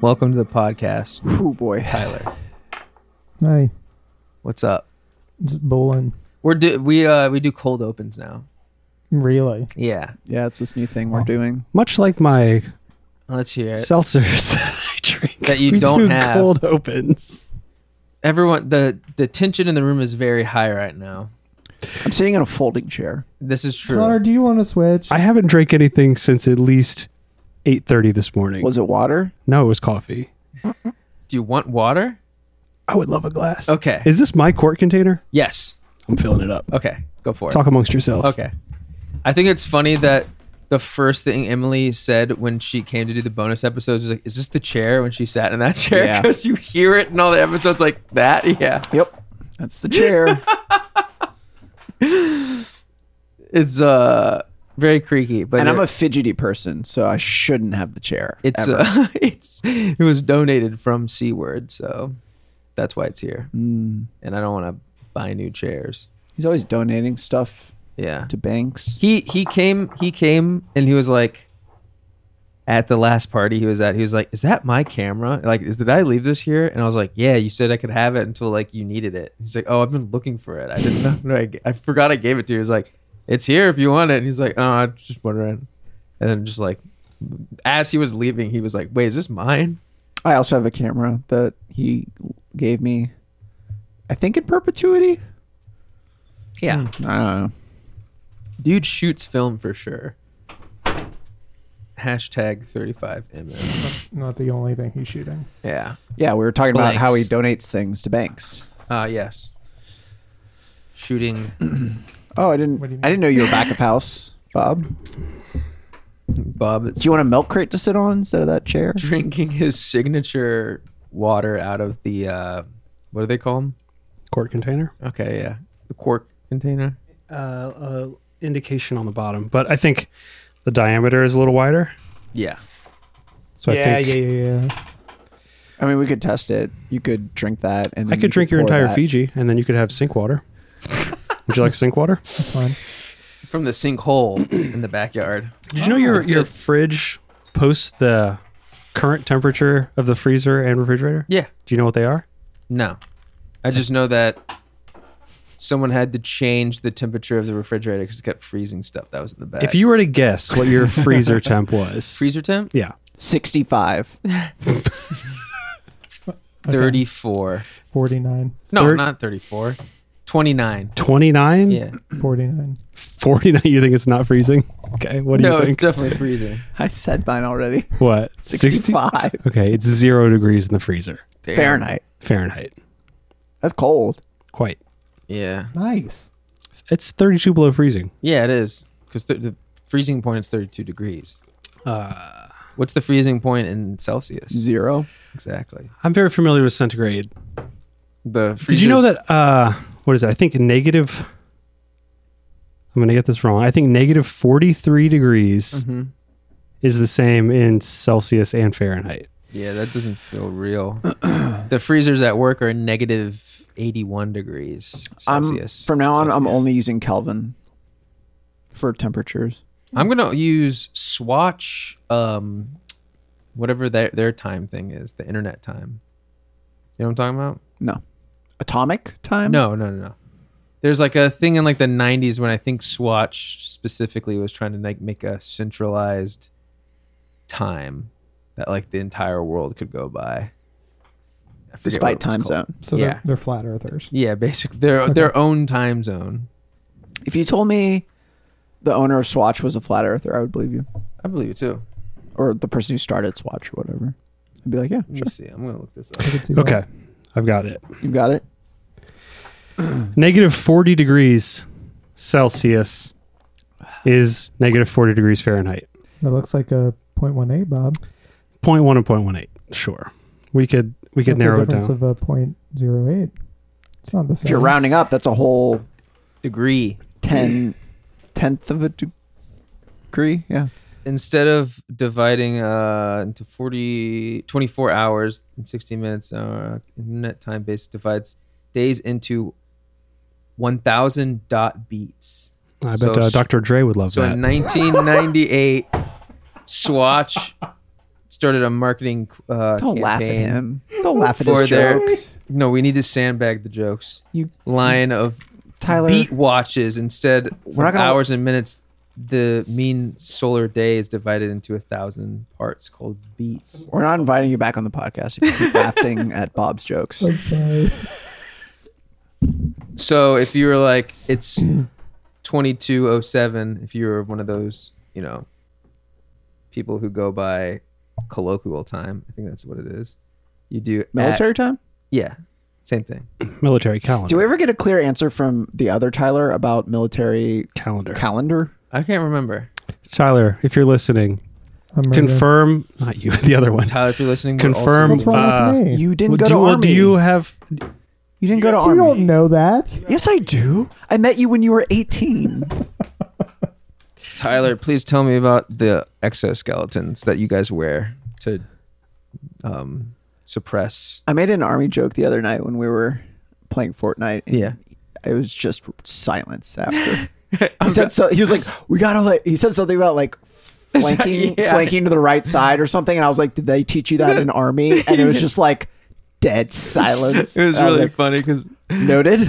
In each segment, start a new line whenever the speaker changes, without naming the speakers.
Welcome to the podcast,
Oh boy.
Tyler.
Hey,
What's up?
it's bowling.
We're do we uh we do cold opens now.
Really?
Yeah,
Yeah, it's this new thing
Oh.
we're doing.
Much like my
let's hear it.
seltzers I drink
That you
we
don't
do
have.
cold opens.
Everyone, the the tension in the room is very high right now.
I'm sitting in a folding chair.
This is true.
Connor, do you want to switch?
I haven't drank anything since at least eight thirty this morning.
Was it water?
no, it was coffee.
Do you want water?
I would love a glass.
Okay.
Is this my quart container?
Yes.
I'm filling it up.
Okay. Go for it.
Talk amongst yourselves.
Okay. I think it's funny that the first thing Emily said when she came to do the bonus episodes was like, "Is this the chair?" When she sat in that chair,
Yeah.
because you hear it in all the episodes like that. Yeah,
Yep. That's the chair.
it's uh very creaky. But
and I'm
it-
a fidgety person, so I shouldn't have the chair.
it's
ever.
uh, it's it was donated from C Word, so that's why it's here.
Mm.
And I don't want to buy new chairs.
He's always donating stuff
Yeah.
to banks.
he he came he came and he was like at the last party he was at he was like is that my camera like is did i leave this here and i was like yeah you said i could have it until like you needed it he's like oh i've been looking for it i didn't know no, I, g- I forgot i gave it to you he's like it's here if you want it and he's like oh i was just wondering and then just like as he was leaving he was like wait is this mine
I also have a camera that he gave me. I think in perpetuity.
yeah
Hmm.
I don't know.
dude shoots film for sure hashtag 35mm
Not the only thing he's shooting.
yeah
Yeah, we were talking about how he
Blanks.
donates things to banks.
Uh yes. Shooting
Oh, I didn't.
What do you mean?
I didn't know you were back of house, Bob.
Bob
Do you want a milk crate to sit on instead of that chair?
drinking his signature water out of the uh what do they call them?
Quart container.
Okay, yeah. The cork container.
Uh, uh, indication on the bottom, but I think the diameter is a little wider.
Yeah.
So I think
yeah, yeah.
I mean, we could test it. You could drink that, and
I
then you
could drink your
pour
entire
that.
Fiji, and then you could have sink water. Would you like sink water?
That's fine.
From the sinkhole in the backyard.
Did you know your
that's
your
good.
fridge posts the current temperature of the freezer and refrigerator?
Yeah.
Do you know what they are?
No. I just know that someone had to change the temperature of the refrigerator because it kept freezing stuff that was in the back.
If you were to guess what your freezer temp was,
freezer temp?
yeah,
Sixty-five.
Okay.
Thirty four.
49.
No,
Thir-
not thirty four. Twenty nine.
twenty nine,
Yeah.
49.
forty nine. You think it's not freezing? Okay, what do
no,
you
it's
think?
definitely freezing.
I said mine already.
what 60?
Sixty-five
Okay, it's zero degrees in the freezer
Damn.
Fahrenheit.
Fahrenheit.
That's cold.
Quite.
Yeah.
Nice.
It's thirty two below freezing.
Yeah, it is because th- the freezing point is 32 degrees.
Uh,
What's the freezing point in Celsius?
Zero.
Exactly.
I'm very familiar with centigrade.
The
Did you know
freezer's-
that? Uh, what is it? I think negative. I'm gonna get this wrong. I think negative 43 degrees
Mhm.
is the same in Celsius and Fahrenheit.
Yeah, that doesn't feel real. the freezers at work are negative 81 degrees
I'm-
Celsius.
from now on, I'm
Celsius.
only using Kelvin for temperatures.
I'm gonna use Swatch, um, whatever their their time thing is, the internet time. You know what I'm talking about?
Atomic time?
No, no, no, no. There's like a thing in like the 90s when I think Swatch specifically was trying to like make a centralized time that like the entire world could go by. I forget what it
Despite
was
time
called.
zone.
So
Yeah.
they're, they're flat earthers.
Yeah, basically their their own time zone.
If you told me the owner of Swatch was a flat earther, I would believe you.
I believe it too.
Or the person who started Swatch or whatever. I'd be like, yeah,
Let me
sure.
see. I'm gonna look this up.
I could see that.
Okay, I've got it.
You got it.
Negative 40 degrees Celsius is negative 40 degrees Fahrenheit.
That looks like a 0.18, Bob.
0.1 and 0.18. Sure, we could we could
That's
narrow
a
it
difference
down.
of a 0.08. It's not the same.
If you're rounding up, that's a whole
Degree.
10 tenth of a degree. Yeah.
Instead of dividing uh, into 40, 24 hours and 60 minutes, uh, internet time base divides days into 1,000 dot beats.
I bet
so
uh,
s-
Dr. Dre would love
So
that.
in 1998, Swatch started a marketing uh,
Don't
campaign.
laugh at him. Don't laugh at
For
his
their-
jokes.
No, we need to sandbag the jokes.
You-
line of
Tyler,
beat watches instead of
We're not gonna-
hours and minutes. The mean solar day is divided into a thousand parts called beats.
we're not inviting you back on the podcast if you keep laughing at Bob's jokes.
I'm sorry.
So if you were like, it's 2207, if you were one of those, you know, people who go by colloquial time, I think that's what it is. You do at-
Military time?
yeah, same thing.
military calendar.
Do we ever get a clear answer from the other Tyler about military
calendar?
calendar?
I can't remember.
Tyler, if you're listening,
I'm right
confirm. Not you, the other one.
Tyler, if you're listening, we're also-
there.
Confirm-
What's wrong
uh,
with me?
You didn't
Well,
go
do,
to
well,
army.
do you have?
You didn't go to
you
army.
don't know that.
Yes, I do. I met you when you were 18.
Tyler, please tell me about the exoskeletons that you guys wear to um, suppress.
I made an army joke the other night when we were playing Fortnite. and
Yeah.
It was just silence after. he said so. He was like, "We got to." He said something about like flanking,
Yeah.
flanking to the right side or something. And I was like, "Did they teach you that in army?" And it was just like dead silence.
It was
I
really
like,
funny because
noted.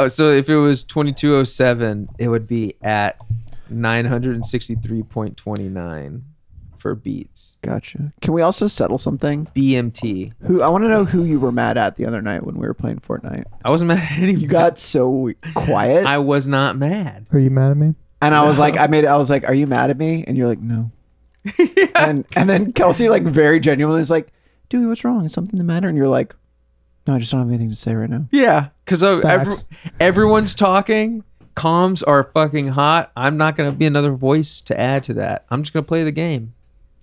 oh, so if it was 2207, it would be at 963.29 for beats.
gotcha. Can we also settle something?
BMT.
Who I want to know who you were mad at the other night when we were playing Fortnite.
I wasn't mad at anybody.
You got so quiet,
I was not mad.
Are you mad at me?
and I was like, I made. I was like, "Are you mad at me?" And you're like, "No." And and then Kelsey like very genuinely is like, "Dewey, what's wrong? Is something the matter?" And you're like, "No, I just don't have anything to say right now."
Yeah, because every,
Facts.
everyone's talking. Comms are fucking hot. I'm not going to be another voice to add to that. I'm just going to play the game.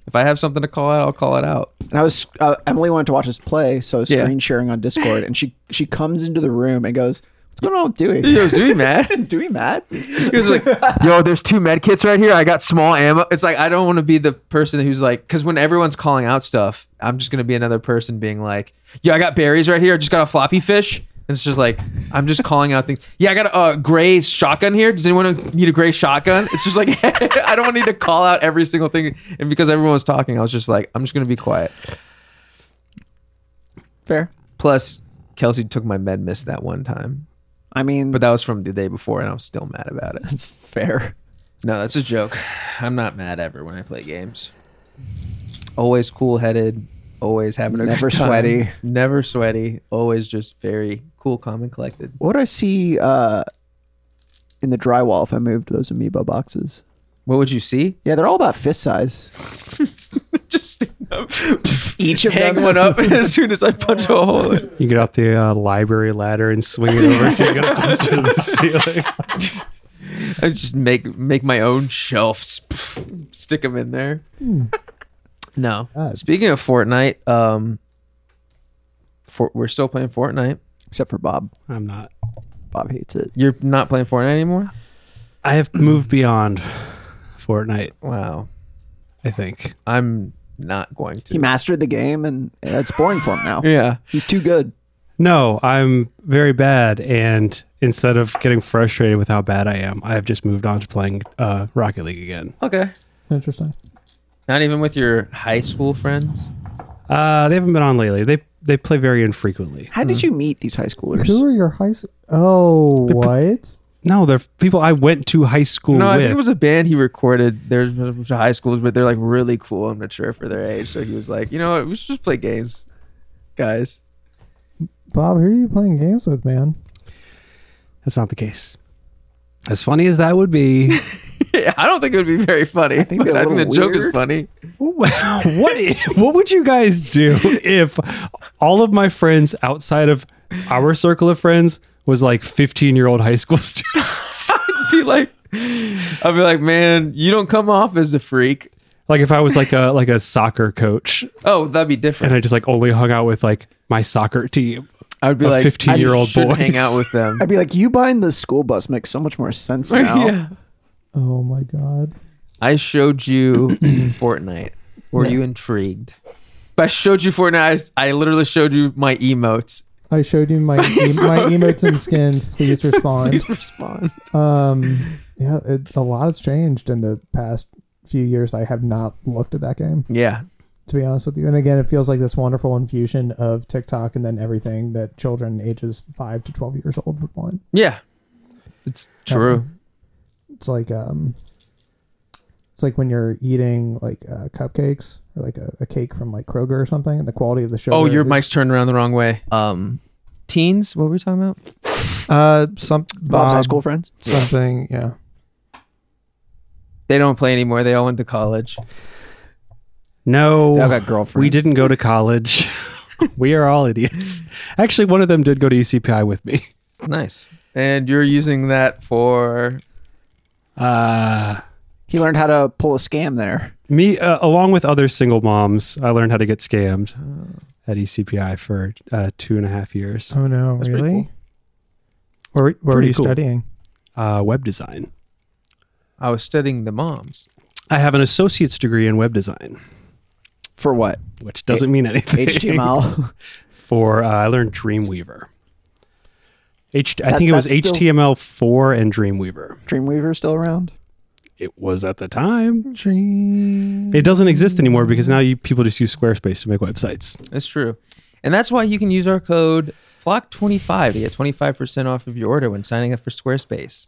If I have something to call out, I'll call it out.
And I was uh, Emily wanted to watch us play, so I was
Yeah.
screen sharing on Discord, and she she comes into the room and goes, "What's going on with Dewey?
Yo, was doing mad.
Is Dewey mad?"
He was like, "Yo, there's two med kits right here. I got small ammo." It's like I don't want to be the person who's like, because when everyone's calling out stuff, I'm just gonna be another person being like, "Yo, I got berries right here. I just got a floppy fish." And it's just like I'm just calling out things. Yeah, I got a uh, gray shotgun here. Does anyone need a gray shotgun? It's just like I don't need to call out every single thing. And because everyone was talking, I was just like, I'm just gonna be quiet.
Fair.
Plus, Kelsey took my med miss that one time,
I mean,
but
but
that was from the day before, and I'm still mad about it.
that's fair.
No, that's a joke. I'm not mad ever when I play games. Always cool headed, always having a
Never
good time,
sweaty.
never sweaty, always just very cool, calm, and collected.
What do I see uh, in the drywall if I moved those amiibo boxes?
What would you see?
Yeah, they're all about fist size.
just
Each of
hang
them
one up as soon as I punch a hole. in.
You get off the uh, library ladder and swing it over so you get closer to the ceiling.
I just make make my own shelves, stick them in there. No.
God.
Speaking of Fortnite, um, for, we're still playing Fortnite.
except for Bob.
I'm not.
Bob hates it.
You're not playing Fortnite anymore.
I have moved beyond Fortnite.
Wow.
I think.
I'm not going to.
He mastered the game, and it's boring for him now.
Yeah.
He's too good.
No, I'm very bad, and instead of getting frustrated with how bad I am, I have just moved on to playing uh, Rocket League again.
Okay.
Interesting.
Not even with your high school friends.
Uh, they haven't been on lately. They they play very infrequently.
How
Hmm.
did you meet these high schoolers?
Who are your high school? Oh,
The p-
what?
No, they're people I went to high school
No, I
with.
think it was a band he recorded. There's a bunch of high schools, but they're like really cool and mature for their age. So he was like, you know what? We should just play games, guys.
Bob, who are you playing games with, man?
That's not the case. As funny as that would be,
I don't think it would be very funny. I
think
but
they're
I
a
think the
little
joke is
weird.
funny.
what i- what would you guys do if all of my friends outside of our circle of friends was like 15 year old high school students?
I'd be like, I'd be like, man, you don't come off as a freak.
Like if I was like a like a soccer coach
Oh, that'd be
and I
different.
just like only hung out with like my soccer team.
I would be
a
like,
15-year-old
I should
boys.
hang out with them.
I'd be like, you buying the school bus makes so much more sense now.
yeah.
Oh my God.
I showed you Fortnite. Were you intrigued? But I showed you Fortnite. I, I literally showed you my emotes.
I showed you my e- my emotes and skins. Please respond.
Please respond.
Um, yeah, it, a lot has changed in the past few years, I have not looked at that game
Yeah.
to be honest with you. And again, it feels like this wonderful infusion of TikTok and then everything that children ages five to twelve years old would want.
Yeah. It's true.
It's like um, it's like when you're eating like uh, cupcakes or like a, a cake from like Kroger or something, and the quality of the sugar.
Oh, your
is-
mic's turned around the wrong way. Um, teens. What were we talking about?
Uh, some Bob,
Bob's high school friends.
something. Yeah.
They don't play anymore. They all went to college.
No,
They all got girlfriends.
we didn't go to college. we are all idiots. Actually, one of them did go to E ECPI with me.
Nice. And you're using that for
Uh,
He learned how to pull a scam there.
me, uh, along with other single moms, I learned how to get scammed uh, at E ECPI for uh, two and a half years.
Oh no,
That's pretty
really?
cool.
Where, were- where were
Pretty
you
cool.
studying?
Uh, web design.
I was studying the moms.
I have an associate's degree in web design,
For what?
which doesn't mean anything.
HTML.
For uh, I learned Dreamweaver. H- I
That-
think it was
that's still-
HTML4 and Dreamweaver.
Dreamweaver still around?
It was at the time. It doesn't exist anymore because now you people just use Squarespace to make websites.
That's true. And that's why you can use our code FLOCK25 to get 25% off of your order when signing up for Squarespace.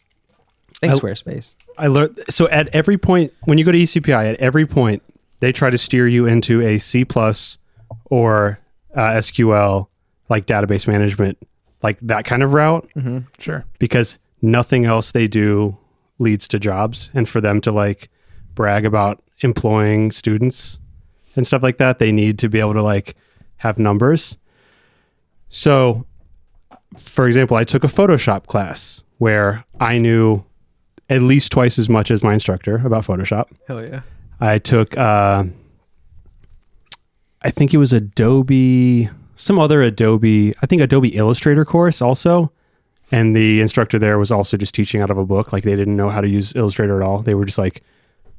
Thanks,
I-
Squarespace.
I learned so at every point when you go to E ECPI, at every point they try to steer you into a C plus or uh, SQL like database management, like that kind of route,
Sure.
because nothing else they do leads to jobs. And for them to like brag about employing students and stuff like that, they need to be able to like have numbers. So, for example, I took a Photoshop class where I knew at least twice as much as my instructor about Photoshop.
Hell yeah.
I took, uh, I think it was Adobe, some other Adobe, I think Adobe Illustrator course also. And the instructor there was also just teaching out of a book. Like they didn't know how to use Illustrator at all. They were just like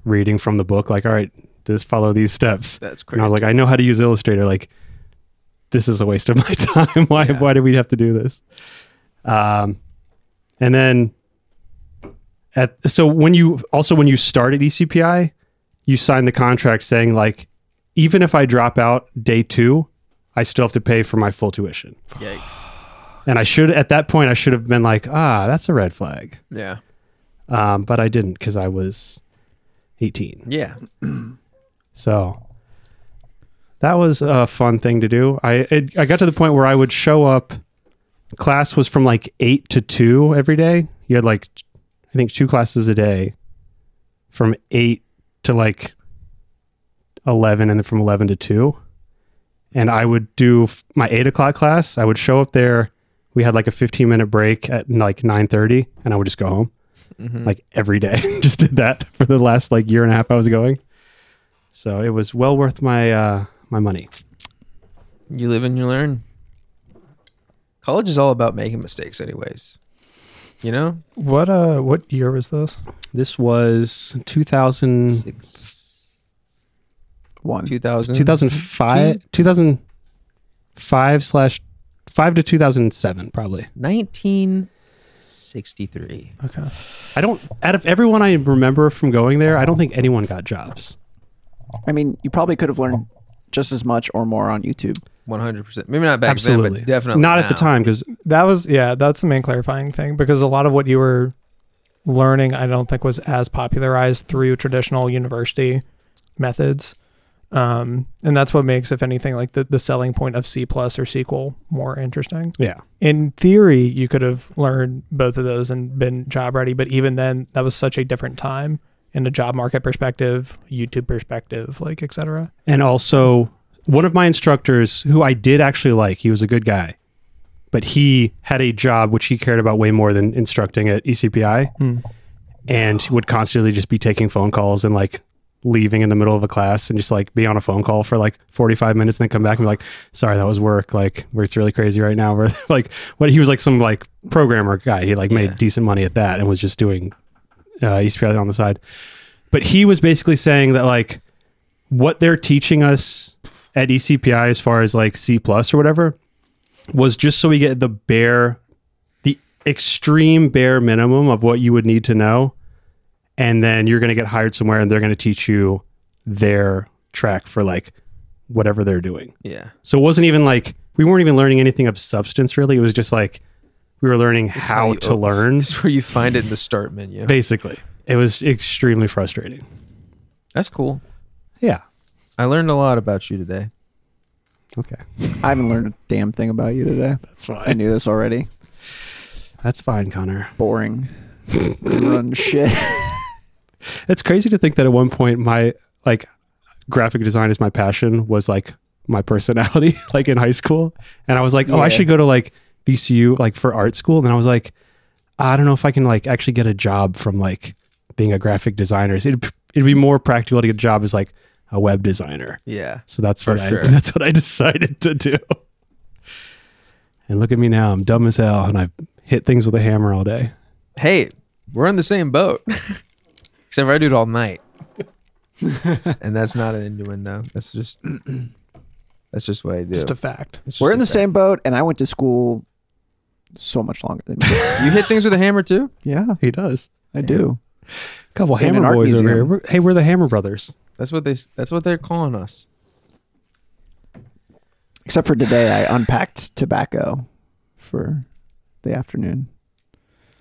reading from the book, like, all right, just follow these steps.
That's crazy.
And I was like, I know how to use Illustrator. Like, this is a waste of my time. why?
Yeah.
Why do we have to do this? Um, and then at so when you also when you start at ECPI, you sign the contract saying like, even if I drop out day two, I still have to pay for my full tuition.
Yikes.
And I should at that point I should have been like, ah, that's a red flag.
Yeah.
Um, but I didn't because I was eighteen.
Yeah.
So that was a fun thing to do. I it, I got to the point where I would show up. Class was from like eight to two every day. You had like t- I think two classes a day, from eight to like eleven, and then from eleven to two. And I would do f- my eight o'clock class. I would show up there. We had like a fifteen minute break at like nine thirty, and I would just go home
Mhm.
like every day. just did that for the last like year and a half I was going. So it was well worth my uh my money.
you live and you learn. College is all about making mistakes, anyways. You know?
What uh? What year was this?
This was 2000,
Six,
One.
2000.
2005 2005 slash 5 to 2007 probably.
1963.
Okay.
I don't out of everyone I remember from going there, I don't think anyone got jobs.
I mean, you probably could have learned just as much or more on YouTube.
100%. Maybe not back then,
Absolutely.
but definitely.
not at the
now.
time cuz
That was yeah. That's the main clarifying thing because a lot of what you were learning, I don't think, was as popularized through traditional university methods, um, and that's what makes, if anything, like the, the selling point of C plus or SQL more interesting.
yeah.
In theory, you could have learned both of those and been job ready, but even then, that was such a different time in a job market perspective, YouTube perspective, like et cetera.
And also, one of my instructors, who I did actually like, he was a good guy, but he had a job which he cared about way more than instructing at E ECPI and would constantly just be taking phone calls and like leaving in the middle of a class and just like be on a phone call for like 45 minutes and then come back and be like sorry that was work like we're- it's really crazy right now we're like what he was like some like programmer guy he like
Yeah.
made decent money at that and was just doing uh ECPI on the side but he was basically saying that like what they're teaching us at E ECPI as far as like C plus or whatever was just so we get the bare the extreme bare minimum of what you would need to know and then you're going to get hired somewhere and they're going to teach you their track for like whatever they're doing.
Yeah.
So it wasn't even like we weren't even learning anything of substance really. It was just like we were learning
This is
how
you
to
op-
learn.
This is where you find it in the start menu.
Basically, it was extremely frustrating.
That's cool.
Yeah.
I learned a lot about you today.
Okay.
I haven't learned a damn thing about you today.
That's
I
fine.
knew this already.
That's fine, Connor.
Boring. Run shit.
It's crazy to think that at one point my like graphic design is my passion was like my personality like in high school and I was like, "Oh, I
Yeah.
should go to like BCU like for art school." And I was like, "I don't know if I can like actually get a job from like being a graphic designer. It'd, it'd be more practical to get a job as like a web designer."
Yeah.
So that's
For
what
sure.
I, that's what I decided to do. And look at me now. I'm dumb as hell and I hit things with a hammer all day.
Hey, we're on the same boat. Except for I do it all night. and that's not an innuendo. That's just that's just what I do.
Just a fact.
It's just
We're
a
in the
fact.
same boat, and I went to school so much longer than you.
You hit things with a hammer too?
yeah,
He does.
I do.
Couple
In an
hammer
art
boys over
museum.
here. We're- hey, we're the Hammer Brothers.
That's what they that's what they're calling us.
Except for today, I unpacked tobacco for the afternoon.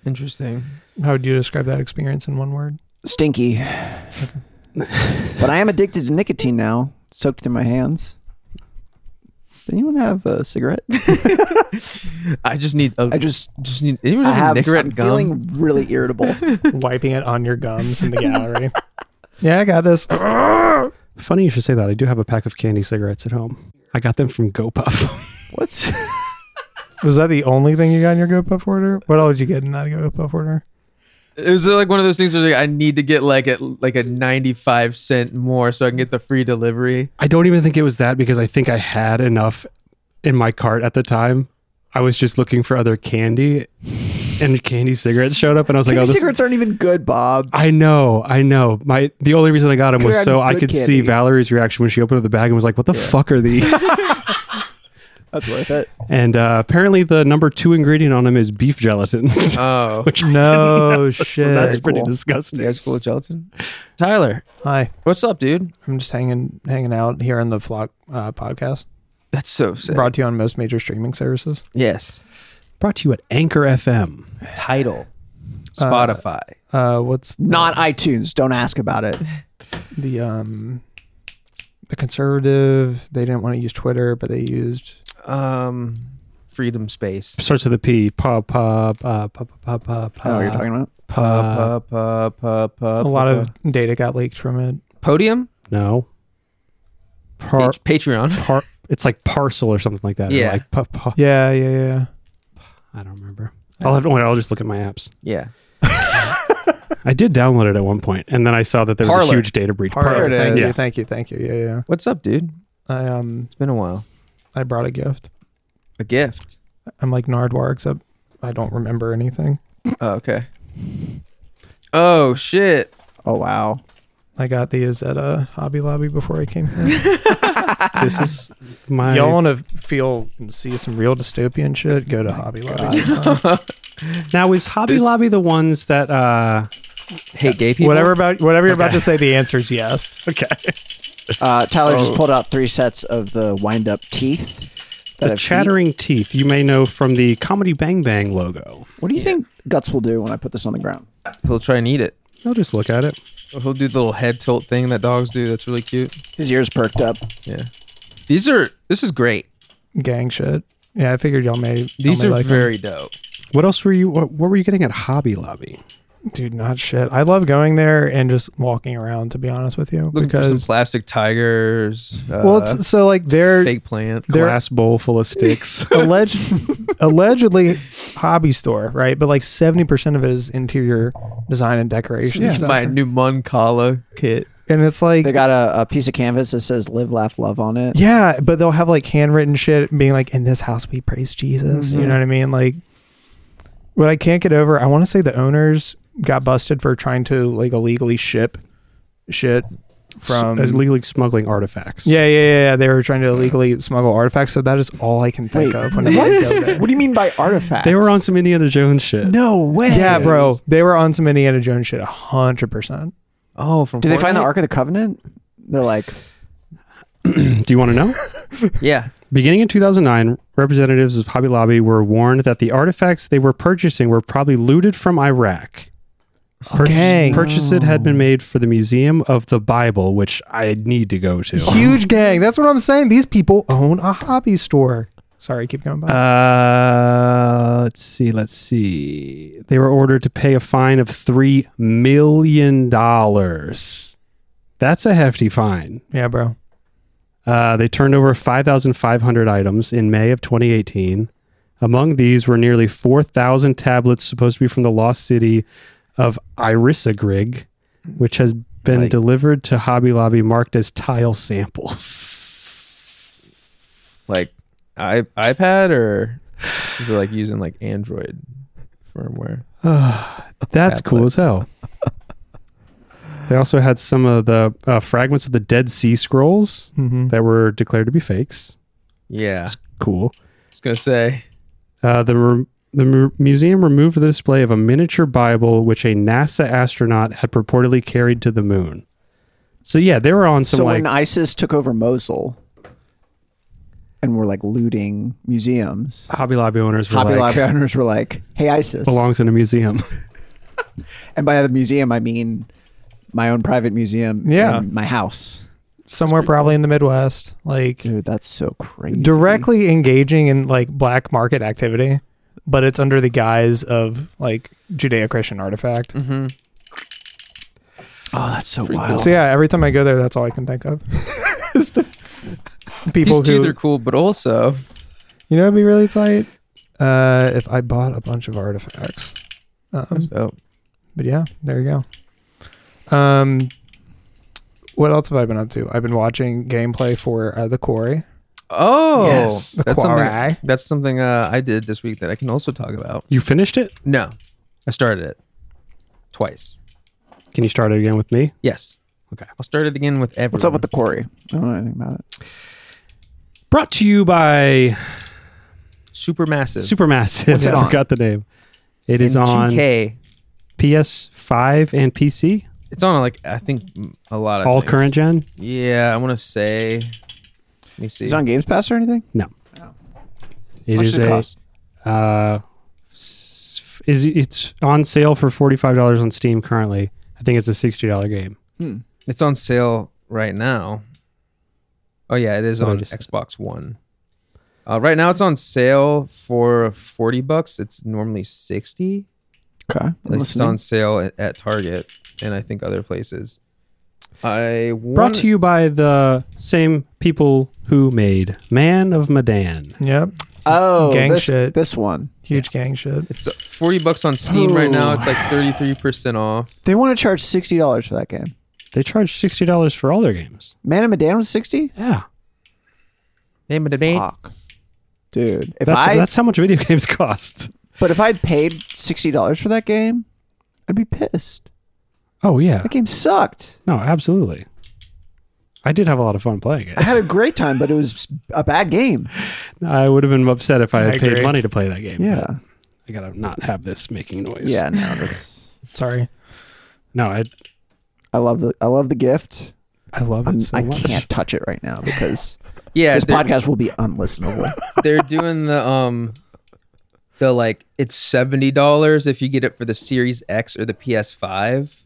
Interesting.
How would you describe that experience in one word?
Stinky. but I am addicted to nicotine now. It's soaked in my hands. Does anyone have a cigarette?
I just need a,
I just
just need anyone
I
have,
have
a
I'm
Nicorette gum?
feeling really irritable.
Wiping it on your gums in the gallery. yeah, I got this.
Funny you should say that. I do have a pack of candy cigarettes at home. I got them from GoPuff.
What's
Was that the only thing you got in your GoPuff order? What else did you get in that GoPuff order?
It was uh, like one of those things where it's like I need to get like a like a ninety five cent more so I can get the free delivery.
I don't even think it was that because I think I had enough in my cart at the time. I was just looking for other candy and candy cigarettes showed up and I was like,
candy
oh, this,
cigarettes aren't even good, Bob.
I know, I know. My the only reason I got them
Could've
was so
gotten
I
good
could see
candy.
Valerie's reaction when she opened up the bag and was like, "What the fuck are these?"
That's worth it.
and uh, apparently, the number two ingredient on them is beef gelatin.
Oh,
Which I didn't
No
know,
shit.
So that's pretty
Cool.
disgusting.
you guys cool with gelatin? Tyler,
Hi,
what's up, dude?
I'm just hanging hanging out here on the Flock uh, podcast,
That's so sick.
brought to you on most major streaming services.
yes.
Brought to you at Anchor FM.
Title. Spotify.
Uh, what's the-
Not iTunes. Don't ask about it.
the um the conservative? They didn't want to use Twitter, but they used
um Freedom Space.
Starts with a P. Pop, pop, uh, pop, pop, pop,
I don't know what Oh, you're talking about.
Uh,
Pa, pa, pa, pa,
a lot of data got leaked from it.
Podium?
No. Par,
Pat- Patreon.
par, it's like parcel or something like that. or
Yeah.
Like, pa, pa,
Yeah, yeah, yeah.
I don't remember. I'll have to wait. I'll just look at my apps.
Yeah.
I did download it at one point, and then I saw that there was
Parler.
a huge data breach.
Parler.
Parler.
it
thank you,
is.
thank you, thank you. Yeah, yeah.
What's up, dude?
I um
It's been a while.
I brought a gift.
A gift.
I'm like Nardwar, except I don't remember anything.
Oh, okay. Oh shit.
Oh wow.
I got these at a Hobby Lobby before I came here.
This is my.
Y'all want to feel and see some real dystopian shit? Go to
Oh
Hobby Lobby.
Now is Hobby
This-
Lobby the ones that? uh
Hey gay people.
whatever about whatever you're about to say, the answer is yes.
Okay.
Uh, Tyler just
Oh.
pulled out three sets of the wind up teeth. that
The
have feet.
chattering teeth you may know from the Comedy Bang Bang logo.
What do you think Guts will do when I put this on the ground?
He'll try and eat it.
I'll just look at it.
He'll do the little head tilt thing that dogs do. That's really cute.
His ears perked up.
Yeah. These are this is great.
Gang shit. Yeah, I figured y'all may. y'all
These
may
are
like 'em.
very dope.
What else were you? What, what were you getting at Hobby Lobby?
dude, not shit. I love going there and just walking around. To be honest with you,
Looking for some
because
plastic tigers. Uh,
well, it's so like they're
fake plant.
They're-
Glass bowl full of sticks.
alleged allegedly hobby store, right? But like seventy percent of it is interior design and decoration.
This is
stuff.
my new Moncala kit.
and it's like
They got a, a piece of canvas that says "Live, Laugh, Love" on it.
yeah, but they'll have like handwritten shit being like, "In this house we praise Jesus." You
Mm-hmm.
Mhm.
know what I mean? Like, what I can't get over, I want to say the owners got busted for trying to like illegally ship shit from
as legally smuggling artifacts.
yeah, yeah, yeah, yeah. They were trying to illegally smuggle artifacts, so that is all I can think
Wait,
of. Whenever I go there.
what do you mean by artifacts?
They were on some Indiana Jones shit.
No way.
Yeah, bro. They were on some Indiana Jones shit, hundred percent.
Oh, from
Did they find the
Fortnite?
Ark of the Covenant? They're like,
Do you want to know?
Yeah.
Beginning in 2009, representatives of Hobby Lobby were warned that the artifacts they were purchasing were probably looted from Iraq. Purchase,
Okay.
purchase it had been made for the Museum of the Bible, which I need to go to.
Huge gang. That's what I'm saying. These people own a hobby store. Sorry, keep going. By.
Uh, let's see, let's see. They were ordered to pay a fine of three million dollars. That's a hefty fine.
yeah, bro.
Uh, they turned over 5,500 items in May of 2018. Among these were nearly 4,000 tablets supposed to be from the lost city of Irisagrig, which has been
Like-
delivered to Hobby Lobby marked as tile samples.
Like I iPad or is it like using like Android firmware?
That's cool
Tablet.
as hell. They also had some of the uh, fragments of the Dead Sea Scrolls
Mm-hmm.
that were declared to be fakes.
Yeah.
It's cool.
I was gonna say
Uh, the re- the mu- museum removed the display of a miniature Bible which a NASA astronaut had purportedly carried to the moon. So yeah, they were on some
so
like
when ISIS took over Mosul and were like looting museums,
Hobby Lobby owners were
Hobby
like
Lobby owners were like, hey, ISIS.
belongs in a museum.
and by the museum, I mean my own private museum
Yeah.
in my house.
Somewhere probably in the Midwest, like
Dude, that's so crazy.
directly engaging in like black market activity, but it's under the guise of like Judeo-Christian artifact.
mm-hmm.
Oh, that's so
Pretty
wild.
So yeah, every time I go there, that's all I can think of. Is the people
these teeth
who
are cool, but also
you know, it'd be really tight uh, if I bought a bunch of artifacts. Um,
so
but yeah, there you go. Um, what else have I been up to? I've been watching gameplay for uh, the Quarry.
Oh
Yes.
The
that's something
Quarry.
that's something uh, I did this week that I can also talk about.
You finished it?
No. I started it. Twice.
Can you start it again with me?
Yes.
Okay.
I'll start it again with everyone.
What's up with the quarry? I don't know anything about it.
Brought to you by
Supermassive?
Supermassive.
What's it
I
on?
forgot the name. It is
And
on
2K.
PS5 and PC,
It's on like I think mm, a lot of
all
things.
current gen.
Yeah, I want to say. Let me see.
Is it on Games Pass or anything?
It
Much
is
does
a
cost?
uh, s- is it's on sale for forty five dollars on Steam currently. I think it's a sixty dollar game.
Hmm.
It's on sale right now. Oh yeah, it is
What did I
on
just say?
Xbox One. Uh, right now, it's on sale for forty bucks. It's normally sixty.
Okay. I'm
At least it's
listening.
on sale at, at Target and I think other places. I want,
Brought to you by the same people who made Man of Medan.
Yep,
oh,
gang
this,
shit.
this one.
huge gang shit.
It's forty bucks on Steam right now.
Ooh.
It's like thirty three percent off.
They want to charge $60 for that game.
They charge sixty dollars for all their games.
Man of Medan was 60
Yeah,
Name of the day.
Fuck. Dude, if
that's
I
that's how much video games cost.
but if I'd paid sixty dollars for that game, I'd be pissed.
Oh yeah,
That game sucked.
no, absolutely. I did have a lot of fun playing
I
it.
had a great time, but it was a bad game.
I would have been upset if I had
I
paid
agree.
money to play that game. but
Yeah,
I gotta not have this making noise.
yeah. No, that's.
Sorry.
no, I
I love the I love the gift.
I love
I'm-
it so
I
much.
can't touch it right now because
Yeah,
this
they're-
podcast will be unlistenable.
they're doing the um the like it's seventy dollars if you get it for the Series X or the PS5,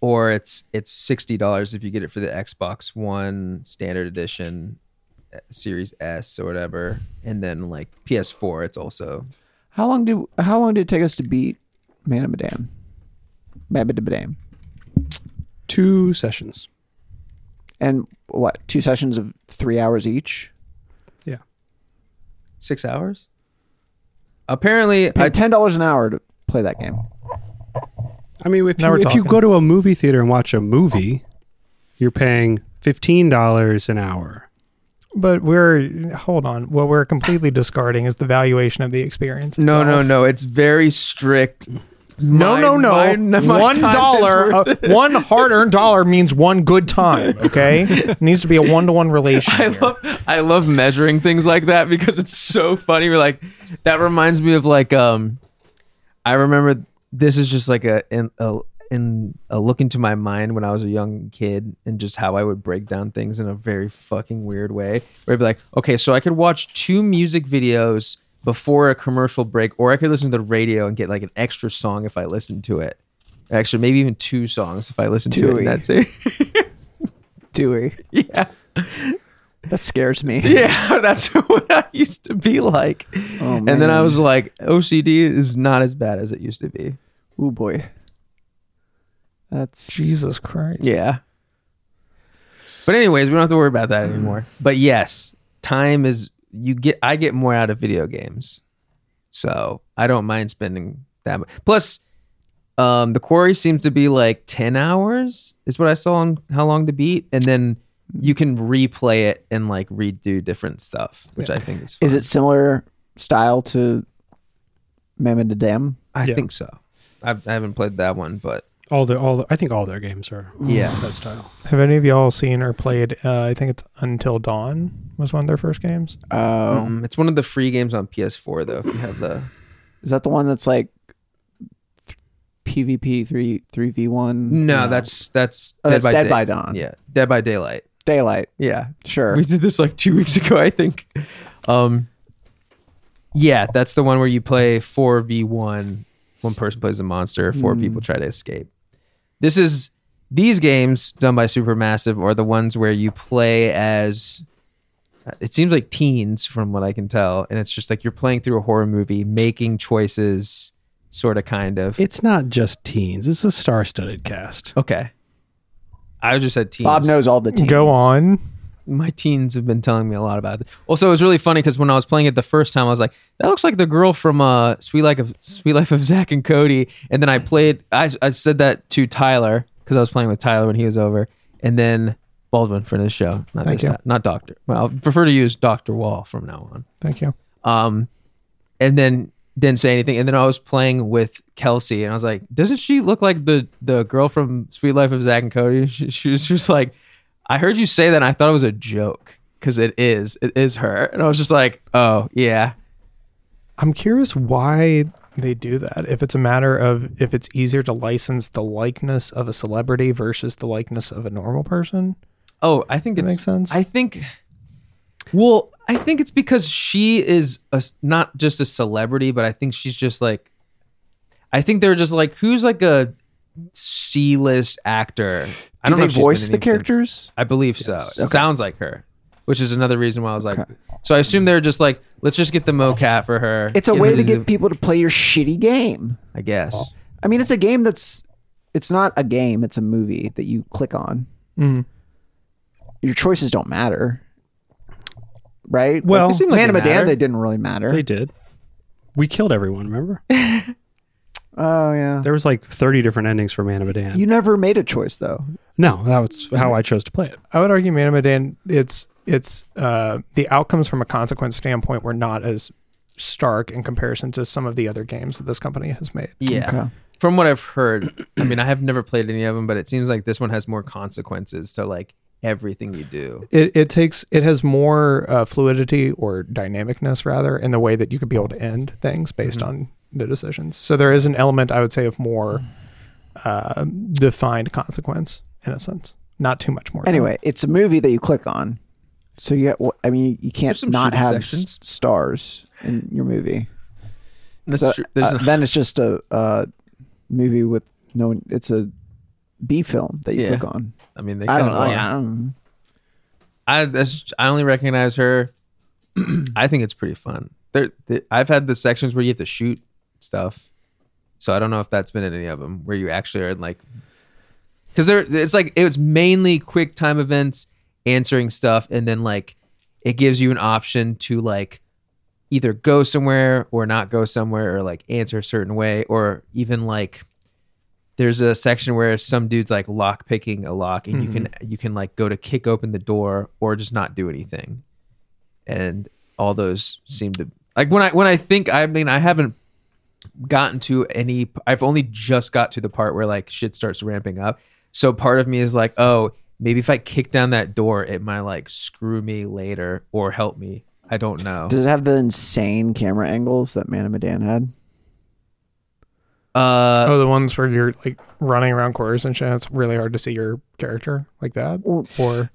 or it's it's sixty dollars if you get it for the Xbox One Standard Edition, uh, Series S or whatever, and then like PS4, it's also
how long did How long did it take us to beat Man of Medan? Man of Medan,
Two sessions.
and what? Two sessions of three hours each.
six hours. Apparently, I
Paid ten dollars an hour to play that game.
I mean, if,
Now
you,
we're
if you
talking.
go to a movie theater and watch a movie, you're paying fifteen dollars an hour.
But we're hold on. What we're completely discarding is the valuation of the experience.
no
itself.
no no. It's very strict
No,
My-
no, no.
my- my
one
time is
dollar,
worth
uh, one hard-earned dollar means one good time. Okay, it needs to be a one-to-one relation.
I
here.
love I love measuring things like that because it's so funny. We're like that reminds me of like um I remember this is just like a in a in a look into my mind when I was a young kid and just how I would break down things in a very fucking weird way. Where I'd be like, okay, so I could watch two music videos before a commercial break, or I could listen to the radio and get like an extra song if I listened to it. Actually, maybe even two songs if I listened to it.
Two-y.
And that's it.
Dewey.
yeah.
That scares me.
Yeah, that's what I used to be like.
Oh,
and then I
man.
was like, OCD is not as bad as it used to be.
Oh boy. That's
Jesus Christ.
Yeah. But anyways, we don't have to worry about that anymore. But yes, time is you get I get more out of video games. So, I don't mind spending that much. Plus um the quarry seems to be like 10 hours is what I saw on how long to beat and then you can replay it and like redo different stuff, which I think is fun.
Is it similar style to Mammon to Dam?
I
Yeah.
think so. I've, I haven't played that one, but
All the all the, I think all their games are
yeah,
that style.
Have any of y'all seen or played? Uh, I think it's Until Dawn was one of their first games.
Oh,
Mm, it's one of the free games on PS4 though. If you have the
is that the one that's like th- PvP three three v one?
no, that's that's
oh, that's Dead
Day-
by Dawn.
Yeah, Dead by Daylight.
Daylight.
Yeah,
Sure.
we did this like two weeks ago, I think. Um, yeah, that's the one where you play four v one. One person plays the monster. Four
Mm.
people try to escape. This is these games done by Supermassive are the ones where you play as. It seems like teens, from what I can tell, and it's just like you're playing through a horror movie, making choices, sort of, kind of.
It's not just teens. It's a star-studded cast.
okay. I just said teens.
Bob knows all the teams.
Go on.
my teens have been telling me a lot about it. Also, it was really funny because when I was playing it the first time, I was like, "That looks like the girl from uh, Sweet Life of Sweet Life of Zach and Cody." And then I played. I, I said that to Tyler because I was playing with Tyler when he was over, and then Baldwin for this show, not
Thank
this
you.
ti- not Doctor. Well, I'll prefer to use Doctor Wall from now on
Thank you.
um, and then didn't say anything. And then I was playing with Kelsey, and I was like, "Doesn't she look like the the girl from Sweet Life of Zack and Cody?" She, she was just like, "I heard you say that, and I thought it was a joke because it is, it is her." And I was just like, "Oh yeah,
I'm curious why they do that. If it's a matter of if it's easier to license the likeness of a celebrity versus the likeness of a normal person.
oh I think
That
it's
makes sense.
I think, well, I think it's because she is a, s- not just a celebrity, but I think she's just like, I think they're just like, who's like a C list actor? I
Do
don't know
they
if she's been
voice
in
the
anything.
characters?
I believe so. It
Okay.
sounds like her, which is another reason why I was like, so I assume they're just like, let's just get the mocap for her.
It's a
get
way
her
to
do
get Oh.
the-
people to play your shitty game.
I guess.
I mean, it's a game that's. It's not a game. It's a movie that you click on.
Mm.
Your choices don't matter, right?
Well,
It seemed like
Man
it
of Medan,
mattered.
they didn't really matter.
they did. We killed everyone. Remember?
oh yeah.
there was like 30 different endings for Man of Medan.
You never made a choice though.
no, that was how I chose to play it.
I would argue Man of Medan, it's it's uh, the outcomes from a consequence standpoint were not as stark in comparison to some of the other games that this company has made.
Yeah.
Okay.
From what I've heard, I mean, I have never played any of them, but it seems like this one has more consequences to like everything you do.
It, it takes it has more uh, fluidity or dynamicness rather in the way that you could be able to end things based on the decisions. So there is an element I would say of more uh, defined consequence in a sense, not too much more. though.
Anyway, it's a movie that you click on. So you get. I mean, you
There's
can't
some
not
shooting
have
sections.
s- stars in your movie.
That's
So,
true. There's
uh,
no-
then it's just a uh, movie with no. It's a B film that you
Yeah.
click on.
I mean, they
I don't know.
kinda lie.
I don't-
I that's, I only recognize her. I think it's pretty fun. There, there, I've had the sections where you have to shoot stuff, so I don't know if that's been in any of them where you actually are in like, because there it's like it's mainly quick time events, answering stuff, and then like it gives you an option to like either go somewhere or not go somewhere or like answer a certain way or even like there's a section where some dude's like lock picking a lock and you can you can like go to kick open the door or just not do anything and all those seem to like when i when i think i mean i haven't gotten to any I've only just got to the part where like shit starts ramping up. So part of me is like, oh, maybe if I kick down that door, it might like screw me later or help me. I don't know.
Does it have the insane camera angles that Man and Medan had?
Uh
oh, the ones where you're like running around corners and shit. It's really hard to see your character like that.
Well-
Or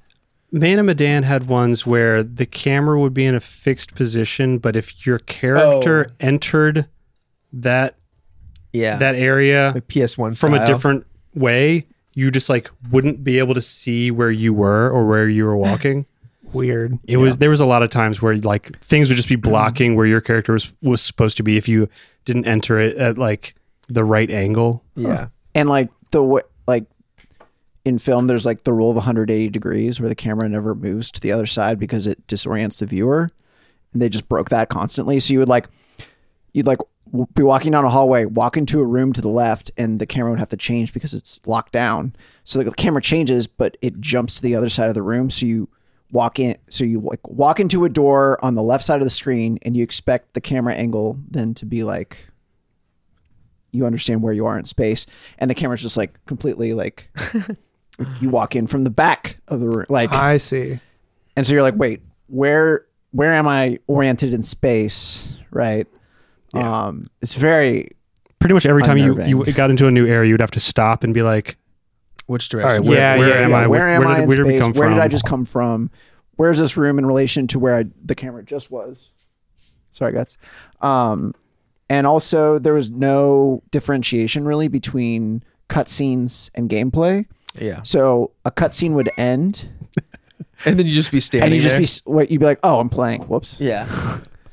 Man and Medan had ones where the camera would be in a fixed position, but if your character entered that
Oh. yeah.
that area
like PS1
from a
style.
different way, you just like wouldn't be able to see where you were or where you were walking.
weird.
It was there was a lot of times where like things would just
Mm-hmm.
be blocking where your character was, was supposed to be if you didn't enter it at like the right angle.
yeah.
And like the way, like in film, there's like the rule of 180 degrees where the camera never moves to the other side because it disorients the viewer. And they just broke that constantly. So you would like, you'd like w- be walking down a hallway, walk into a room to the left, and the camera would have to change because it's locked down. So the camera changes, but it jumps to the other side of the room. So you walk in, so you like walk into a door on the left side of the screen, and you expect the camera angle then to be like you understand where you are in space and the camera's just like completely like you walk in from the back of the room like
I see.
and so you're like wait where where am i oriented in space right um it's very
Pretty much every time you, you
Unnerving.
got into a new area, you'd have to stop and be like,
Which
"All right,
direction?
where,
Yeah,
where
yeah,
am
yeah.
I?
where am i
did,
in
where did we
space
come
where
from?
did i just come from where's this room in relation to where I, the camera just was sorry guys um and also there was no differentiation really between cutscenes and gameplay
Yeah.
so a cutscene would end
And then you just be standing
and you just
there.
be s- what you'd be like, oh, I'm playing. Whoops.
yeah,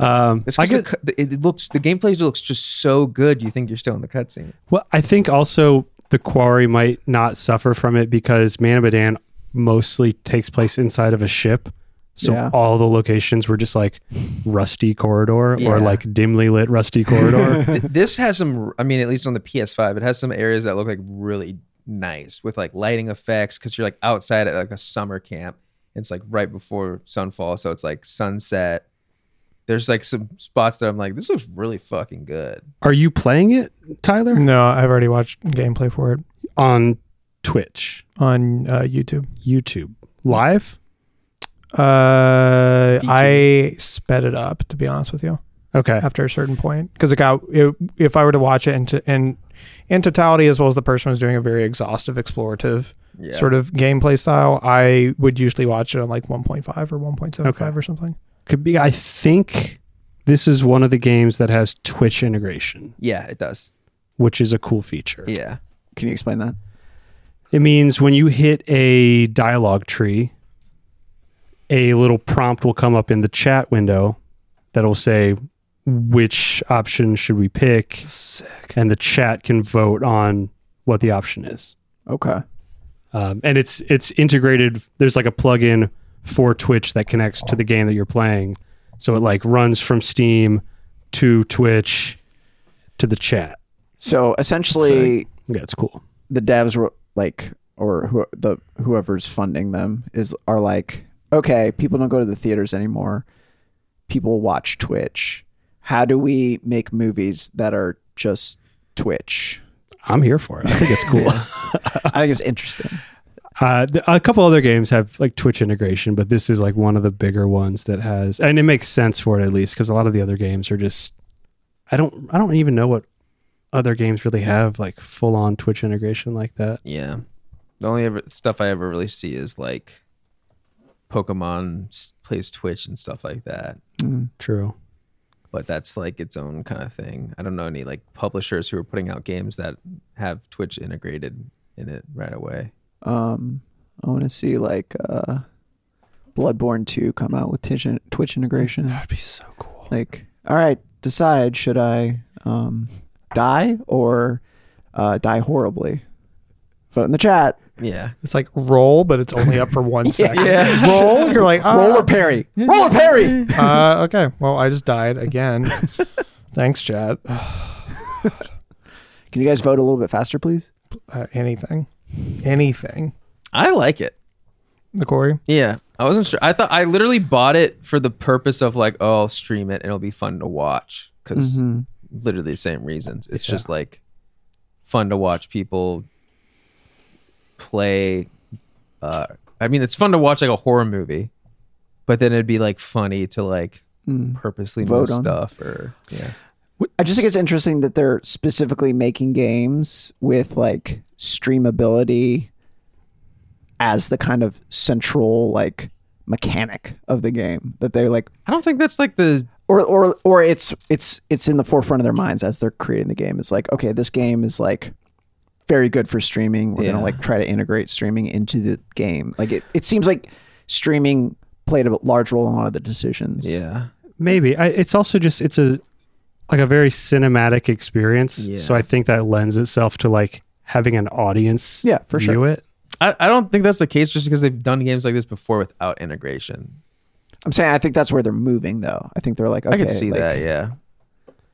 Um,
it's
I
'cause the
get-
cu- the, it looks the gameplay looks just so good. You think you're still in the cutscene.
Well, I think also the quarry might not suffer from it because Man of Medan mostly takes place inside of a ship. So
Yeah.
all the locations were just like rusty corridor
Yeah.
or like dimly lit rusty corridor.
Th- this has some i mean at least on the ps5 it has some areas that look like really nice with like lighting effects because you're like outside at like a summer camp and it's like right before sunfall so it's like sunset there's like some spots that i'm like this looks really fucking good
Are you playing it, Tyler?
No, I've already watched gameplay for it
On Twitch,
on uh, YouTube.
YouTube, live?
Uh,
VTube.
I sped it up to be honest with you
Okay.
after a certain point because it got it, if I were to watch it in, t- in in totality as well as the person was doing a very exhaustive explorative
yeah
sort of gameplay style, I would usually watch it on like 1.5 or 1.75
Okay.
or something.
Could be I think this is one of the games that has Twitch integration,
yeah it does
which is a cool feature.
yeah
Can you explain that?
It means when you hit a dialogue tree, a little prompt will come up in the chat window that'll say, which option should we pick?
Sick.
And the chat can vote on what the option is.
Okay.
Um, and it's it's integrated. There's like a plugin for Twitch that connects to the game that you're playing, so it like runs from Steam to Twitch to the chat.
So essentially,
Yeah, it's cool.
the devs were like, or who the whoever's funding them is are like, okay, people don't go to the theaters anymore. People watch Twitch. How do we make movies that are just Twitch?
I'm here for it. I think it's cool.
I think it's interesting.
Uh, th- a couple other games have like Twitch integration, but this is like one of the bigger ones that has, and it makes sense for it at least because a lot of the other games are just, I don't, I don't even know what other games really have like full on Twitch integration like that.
yeah the only ever, stuff i ever really see is like pokemon s- plays twitch and stuff like that
True.
but that's like its own kind of thing. I don't know any like publishers who are putting out games that have Twitch integrated in it right away.
Um, I want to see like uh, Bloodborne two come out with Twitch, Twitch integration.
That'd be so cool.
like all right decide should i um die or uh die horribly vote in the chat
Yeah.
It's like roll, but it's only up for one second.
Yeah.
Roll, you're like,
roll uh,
ah,
or parry roll or parry
uh, okay. Well, I just died again. Thanks, chat.
can you guys vote a little bit faster please
Uh, anything, anything.
I like it.
The Corey.
Yeah. I wasn't sure. I thought I literally bought it for the purpose of like, oh, I'll stream it and it'll be fun to watch because literally the same reasons. It's
Yeah.
just like fun to watch people play. Uh, I mean, it's fun to watch like a horror movie, but then it'd be like funny to like purposely
Vote
know
on.
stuff or yeah.
I just think it's interesting that they're specifically making games with like streamability as the kind of central like mechanic of the game that they like
I don't think that's like the
or or or it's it's it's in the forefront of their minds as they're creating the game. It's like, okay, this game is like very good for streaming. We're
Yeah.
gonna like try to integrate streaming into the game. Like it, it seems like streaming played a large role in a lot of the decisions.
yeah.
Maybe I, it's also just it's a like a very cinematic experience.
Yeah.
So I think that lends itself to like having an audience.
Yeah, for
view
sure.
it.
I, I don't think that's the case just because they've done games like this before without integration.
I'm saying I think that's where they're moving though. I think they're like, okay,
I could see
like,
that, yeah.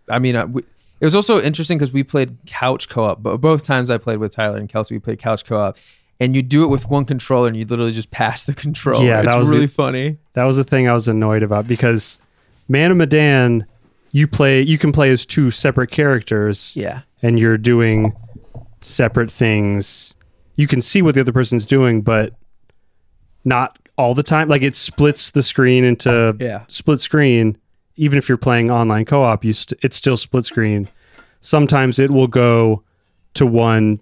I mean, I, we, it was also interesting because we played couch co-op, but both times I played with Tyler and Kelsey, we played couch co-op, and you do it with one controller and you literally just pass the controller.
Yeah,
it's
that was
really
the-
funny.
That was the thing I was annoyed about because Man of Medan, you play you can play as two separate characters
Yeah,
and you're doing separate things. You can see what the other person's doing, but not all the time. Like it splits the screen into
Yeah.
split screen. Even if you're playing online co-op, you st- it's still split screen. Sometimes it will go to one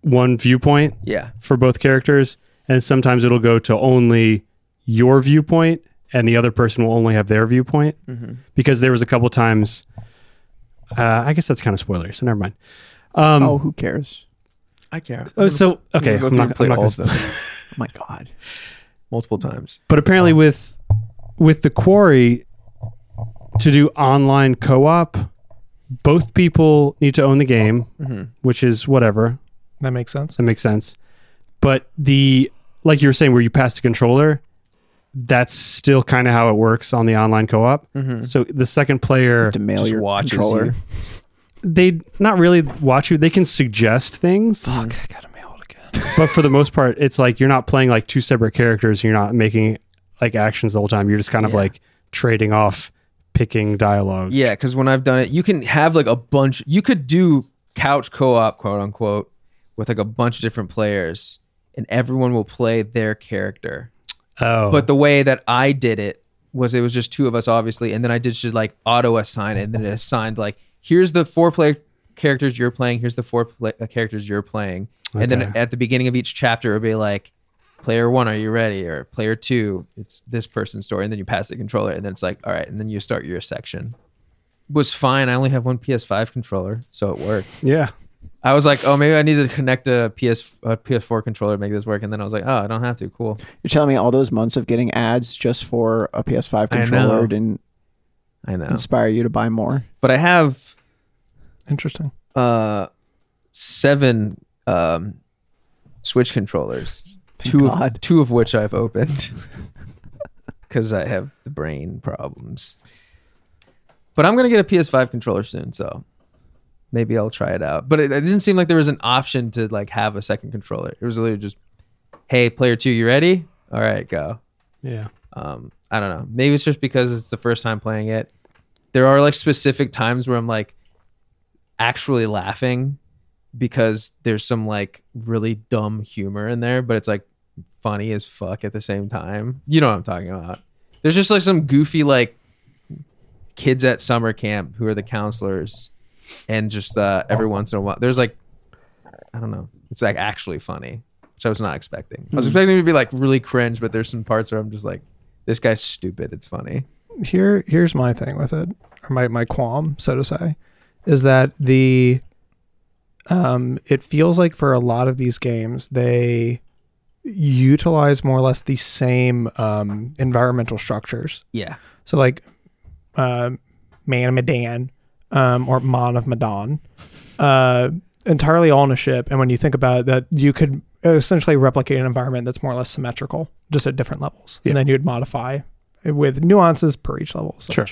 one viewpoint
yeah,
for both characters, and sometimes it'll go to only your viewpoint, and the other person will only have their viewpoint.
Mm-hmm.
Because there was a couple times, uh, I guess that's kind of spoilery, so never mind. Um,
Oh, who cares?
I care.
oh, so okay,
go through
I'm not,
and play
I'm not
all
gonna
of
spoil-
them
Oh my god.
multiple times.
But apparently, with with the quarry to do online co-op, both people need to own the game,
Mm-hmm,
which is whatever.
That makes sense.
That makes sense. But the like you were saying, where you pass the controller, that's still kind of how it works on the online co-op.
mm-hmm. Hmm.
So the second player,
To mail
Just
your
watches
controller.
you.
they not really watch you. They can suggest things,
Fuck, I gotta mail it again.
but for the most part, it's like you're not playing like two separate characters. You're not making like actions the whole time. You're just kind of
Yeah.
like trading off, picking dialogue.
Yeah, because when I've done it, you can have like a bunch. You could do couch co-op, quote unquote, with like a bunch of different players, and everyone will play their character.
Oh,
But the way that I did it was it was just two of us, obviously, and then I did just like auto assign it, and then it assigned like here's the four player characters you're playing, here's the four pla uh, characters you're playing, and then
Okay.
at the beginning of each chapter, it would be like. Player one, are you ready? Or player two, it's this person's story, and then you pass the controller, and then it's like, all right, and then you start your section. Was fine. I only have one PS5 controller, so it worked.
yeah.
I was like, oh, maybe I need to connect a PS a PS4 controller to make this work, and then I was like, oh, I don't have to. Cool.
You're telling me all those months of getting ads just for a PS5
I know.
controller didn't
I know,
inspire you to buy more?
but I have
Interesting.
uh seven um switch controllers two
God.
of, two of which i've opened because i have the brain problems but i'm gonna get a ps5 controller soon so maybe i'll try it out but it, it didn't seem like there was an option to like have a second controller it was literally just hey player two you ready all right go
Yeah.
um i don't know maybe it's just because it's the first time playing it there are like specific times where i'm like actually laughing because there's some like really dumb humor in there but it's like funny as fuck at the same time you know what i'm talking about there's just like some goofy like kids at summer camp who are the counselors and just uh every once in a while there's like i don't know it's like actually funny which i was not expecting i was expecting it to be like really cringe but there's some parts where i'm just like this guy's stupid it's funny
Here, here's my thing with it, or my my qualm, so to say, is that the, um, it feels like for a lot of these games they utilize more or less the same um environmental structures.
yeah
So like, uh, Man of Medan, um, or Mon of Medan, uh, entirely all in a ship. And when you think about it, that, you could essentially replicate an environment that's more or less symmetrical, just at different levels,
Yeah.
and then you'd modify it with nuances per each level. Such.
Sure.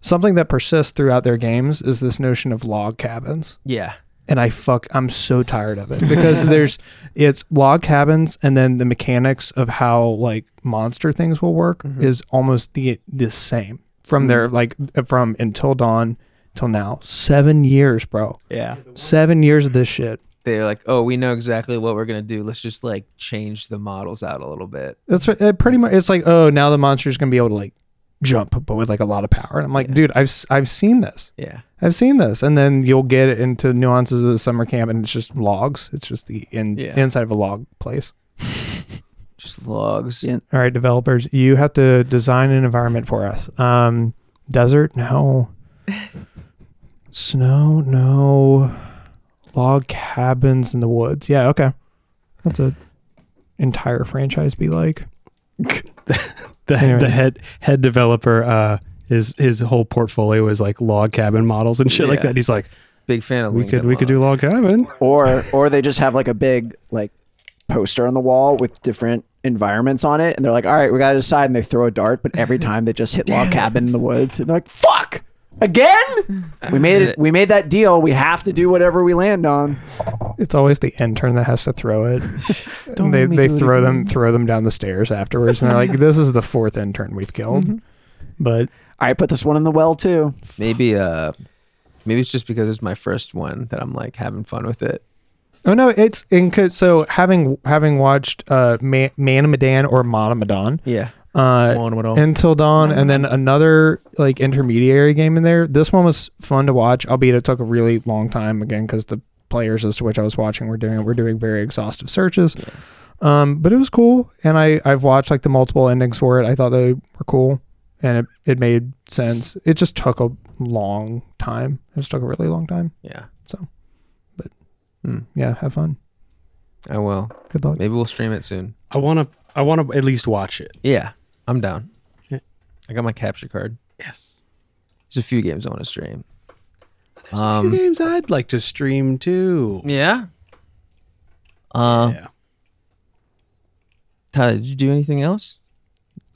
Something that persists throughout their games is this notion of log cabins
yeah
and I fuck I'm so tired of it because there's it's log cabins and then the mechanics of how like monster things
Mm-hmm.
will work is almost the the same from their like from until dawn till now. Seven years, bro.
Yeah.
Seven years of this shit.
They're like, oh, we know exactly what we're gonna do. Let's just like change the models out a little bit.
That's what- it pretty much. It's like, oh, now the monster's gonna be able to like jump, but with like a lot of power. And I'm like,
Yeah.
dude, I've s- I've seen this.
Yeah.
I've seen this. And then you'll get into nuances of the summer camp, and it's just logs. It's just the in,
Yeah.
inside of a log place.
Just logs.
Yeah.
All right, developers, you have to design an environment for us. Um, desert, no. Snow, no. Log cabins in the woods. Yeah, okay. That's a entire franchise. Be like,
the
Anyway.
the head head developer uh his his whole portfolio is like log cabin models and shit like
Yeah.
that. He's like,
Big fan of
we could
Lincoln
we could do log
Logs.
cabin.
Or or they just have like a big like poster on the wall with different environments on it, and they're like, "All right, we gotta decide." And they throw a dart, but every time they just hit log cabin in the woods, and they're like, "Fuck." Again, we made it. We made that deal. We have to do whatever we land on.
it's always the intern that has to throw it.
Don't
And they
make me
they
do it
throw them
again.
throw them down the stairs afterwards, and they're like, "This is the fourth intern we've killed."
Mm-hmm.
But
All right, put this one in the well too.
Maybe uh, maybe it's just because it's my first one that I'm like having fun with it.
Oh no, it's in co- so having having watched uh Man- Manamadan or Monomadon
Yeah.
uh
Oh.
Until Dawn and then another like intermediary game in there. This one was fun to watch, albeit it took a really long time again cuz the players as to which I was watching were doing were doing very exhaustive searches. Um but it was cool and I I've watched like the multiple endings for it. I thought they were cool and it it made sense. It just took a long time. It just took a really long time.
yeah.
So, but-
Hmm.
Yeah, have fun.
I will.
Good luck.
Maybe we'll stream it soon.
I wanna I wanna at least watch it.
Yeah, I'm down.
Yeah.
I got my capture card.
Yes.
There's a few games I want to stream. Um,
There's a few games I'd like to stream too.
Yeah. Uh,
yeah.
Tyler, did you do anything else?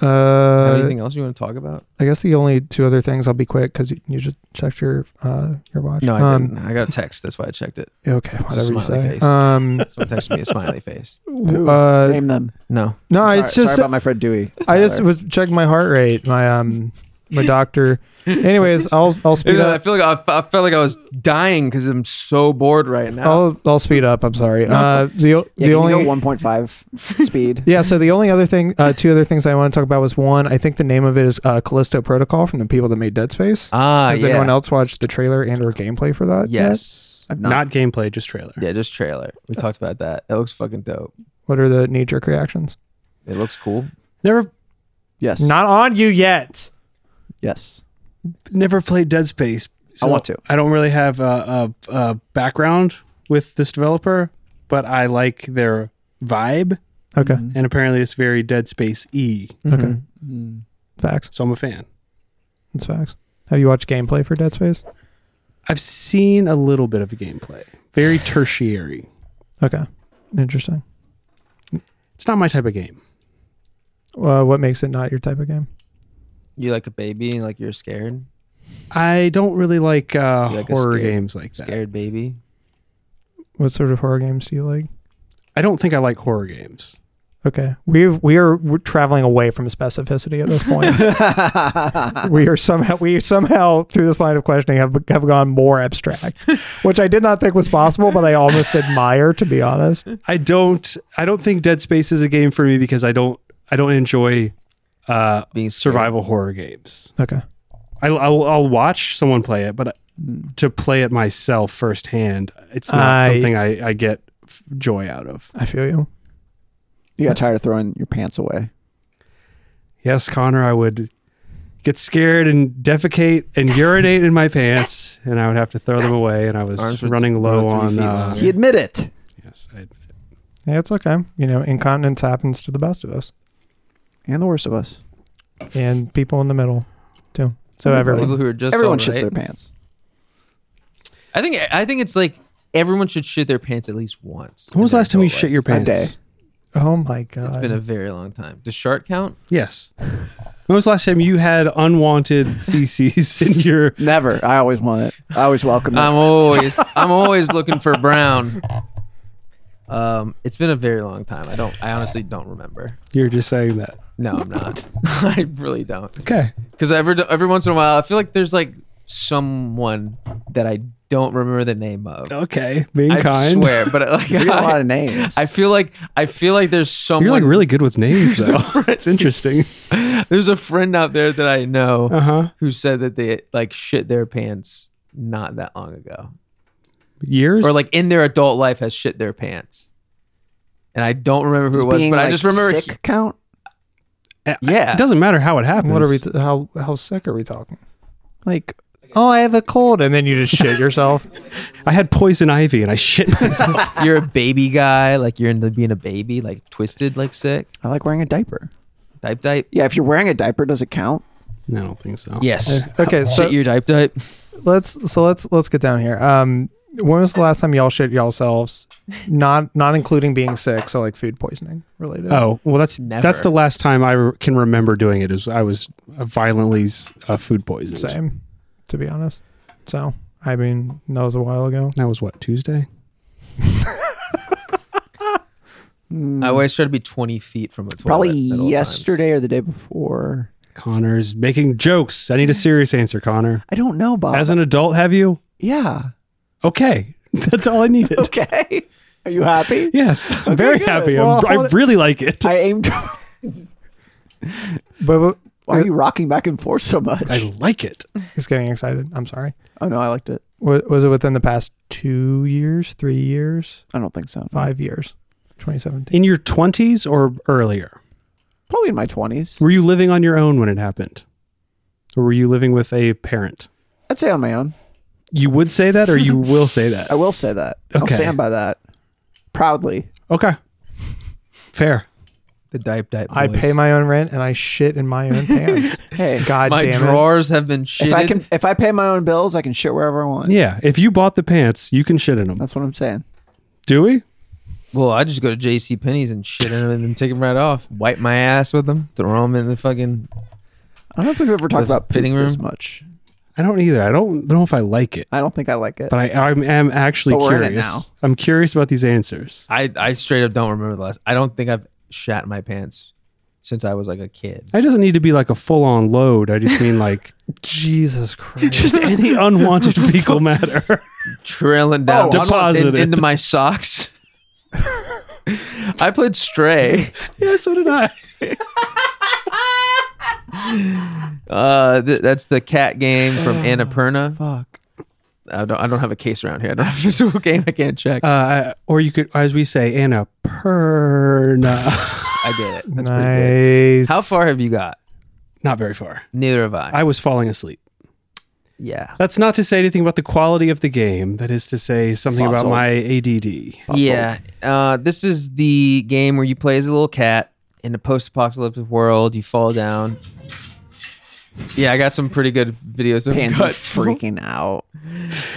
Have
Uh,
anything else you want to talk about?
I guess the only two other things I'll be quick because you, you just checked your uh your watch.
No, I
um,
didn't. I got a text. That's why I checked it.
Okay, whatever you
smiley
say.
face.
Um,
Someone texted me a smiley face.
Who?
uh,
Name them.
No.
no,
sorry,
it's just
sorry about my friend Dewey.
I just
Tyler.
was checking my heart rate, my um my doctor. Anyways, I'll I'll speed
Dude, I
up.
feel like I, fe- I felt like I was dying because I'm so bored right now.
I'll I'll speed up. I'm sorry. Uh, the o-
yeah, can
the only
you go 1.5 speed.
Yeah, so the only other thing, uh, two other things I want to talk about was one, I think the name of it is uh, Callisto Protocol from the people that made Dead Space.
ah,
Has
yeah.
anyone else watched the trailer and or gameplay for that? yet?
Yes.
I've
Not, gameplay, just trailer.
Yeah, just trailer. We talked about that. It looks fucking dope.
What are the knee jerk reactions?
It looks cool.
Never
Yes.
Not on you yet.
Yes.
never played Dead Space.
I want to.
I don't really have a, a, a background with this developer, but I like their vibe,
Okay.
and apparently it's very Dead Space E.
Okay.
Mhm.
Mm-hmm.
Mm.
Facts.
So I'm a fan.
That's facts. Have you watched gameplay for Dead Space?
I've seen a little bit of a gameplay. Very tertiary.
Okay. Interesting.
It's not my type of game.
Uh, what makes it not your type of game?
You like a baby and like you're scared,
I don't really like, uh,
You like a
horror
scared-
games like that.
scared baby.
What sort of horror games do you like?
I don't think I like horror games.
Okay. We've we are we're traveling away from specificity at this point. we are somehow we somehow through this line of questioning have have gone more abstract, which I did not think was possible, but I almost admire to be honest.
I don't. I don't think Dead Space is a game for me because I don't. I don't enjoy uh,
Being scared.
survival horror games.
Okay.
I, I'll, I'll watch someone play it, but to play it myself firsthand, it's not
I-
something I, I get f- joy out of.
I feel you.
You got tired of throwing your pants away.
Yes, Connor, I would get scared and defecate and urinate in my pants, and I would have to throw them away. And I was
Arms were
running low
three
on.
feet
Uh,
long.
He admit it.
yes, I,
Yeah, it's okay. You know, incontinence happens to the best of us.
And the worst of us.
And people in the middle too. So everyone
People who are just
Everyone
alright.
shits their pants.
I think I think it's like everyone should shit their pants at least once.
when was
in
the last
their
time you
adult
shit your
A
pants?
day.
Oh my god.
life. It's been a very long time. Does shark count?
Yes. When was the last time you had unwanted feces in your?
Never. I always want it. I always welcome it.
I'm always I'm always looking for brown. Um, it's been a very long time. I don't. I honestly don't remember.
You're just saying that.
No, I'm not. I really don't.
Okay.
Because every every once in a while, I feel like there's like someone that I don't remember the name of.
Okay, being
I
kind.
swear, but like
You got a lot
I,
of names.
I feel like I feel like there's someone.
You're like really good with names, though. it's interesting.
There's a friend out there that I know
Uh huh.
who said that they like shit their pants not that long ago,
Years
or like in their adult life has shit their pants. And I don't remember who it was,
Being,
but I
like,
just remember.
sick count.
Uh,
yeah.
It doesn't matter how it happens.
What are we? T- how how sick are we talking?
Like
Oh, I have a cold, and then you just shit yourself.
I had poison ivy and I shit myself.
you're a baby guy, like you're into being a baby, like twisted, like sick,
I like wearing a diaper.
dipe dipe.
Yeah, if you're wearing a diaper, does it count?
no, I don't think so.
Yes,
Okay, so
shit your dipe dipe.
let's so let's let's get down here. Um, when was the last time y'all shit yourselves? Not not including being sick, so like food poisoning related.
Oh well, that's
Never.
that's the last time I re- can remember doing it. Is I was violently s- uh, food poisoned.
same. To be honest, so I mean that was a while ago.
That was what Tuesday.
Mm.
I always try to be 20 feet from a toilet.
Probably
at all times.
yesterday or the day before.
Connor's making jokes. I need a serious answer, Connor.
I don't know,
Uh,
Bob.
As an adult, have you?
yeah.
Okay, that's all I needed.
Okay. Are you happy?
Yes, I'm very
good.
happy.
Well,
I'm, I
hold it-
really like it.
I aimed.
But, but
Why are you rocking back and forth so much?
I like it.
he's getting excited. I'm sorry.
oh no, I liked it.
Was, was it within the past two years, three years,
I don't think so.
five years, 2017?
In your 20s or earlier,
Probably in my twenties.
were you living on your own when it happened, or were you living with a parent?
I'd say on my own.
You would say that, or you will say
I
that.
will say that. I'll
Okay.
stand by that proudly.
Okay, fair.
The dipe dipe.
I
voice.
pay my own rent and I shit in my own pants.
Hey,
God
my
damn it.
drawers have been shitted.
if I can, if I pay my own bills, I can shit wherever I want.
Yeah, if you bought the pants, you can shit in them.
That's what I'm saying.
Do we?
well, I just go to J.C. Penney's and shit in 'em and then take them right off, wipe my ass with them, throw them in the fucking.
I don't know if we've ever talked
The
about
fitting
fitting room this
room?
much.
I don't either. I don't know if I like it,
I don't think I like it.
but I I'm, am actually
But we're in it
curious.
now.
I'm curious about these answers.
I I straight up don't remember the last. I don't think I've shat my pants since I was like a kid.
It doesn't need to be like a full on load. I just mean like
Jesus Christ.
just any unwanted fecal matter.
Trailing down
Oh, Deposit
in-
it.
into my socks. I played Stray.
yeah, so did I.
Uh, th- that's the cat game from Annapurna.
Fuck.
I don't. I don't have a case around here. I don't have a physical game. I can't check.
Uh, I- or you could, as we say, Anna Perna.
I did it. That's pretty good.
nice.
How far have you got?
Not very far.
Neither have I.
I was falling asleep.
yeah.
That's not to say anything about the quality of the game. That is to say something
Bob's
about
old.
my ADD.
Yeah. Uh, this is the game where you play as a little cat in a post apocalyptic world. You fall down. Yeah, I got some pretty good videos of
Pansy
cuts.
freaking out.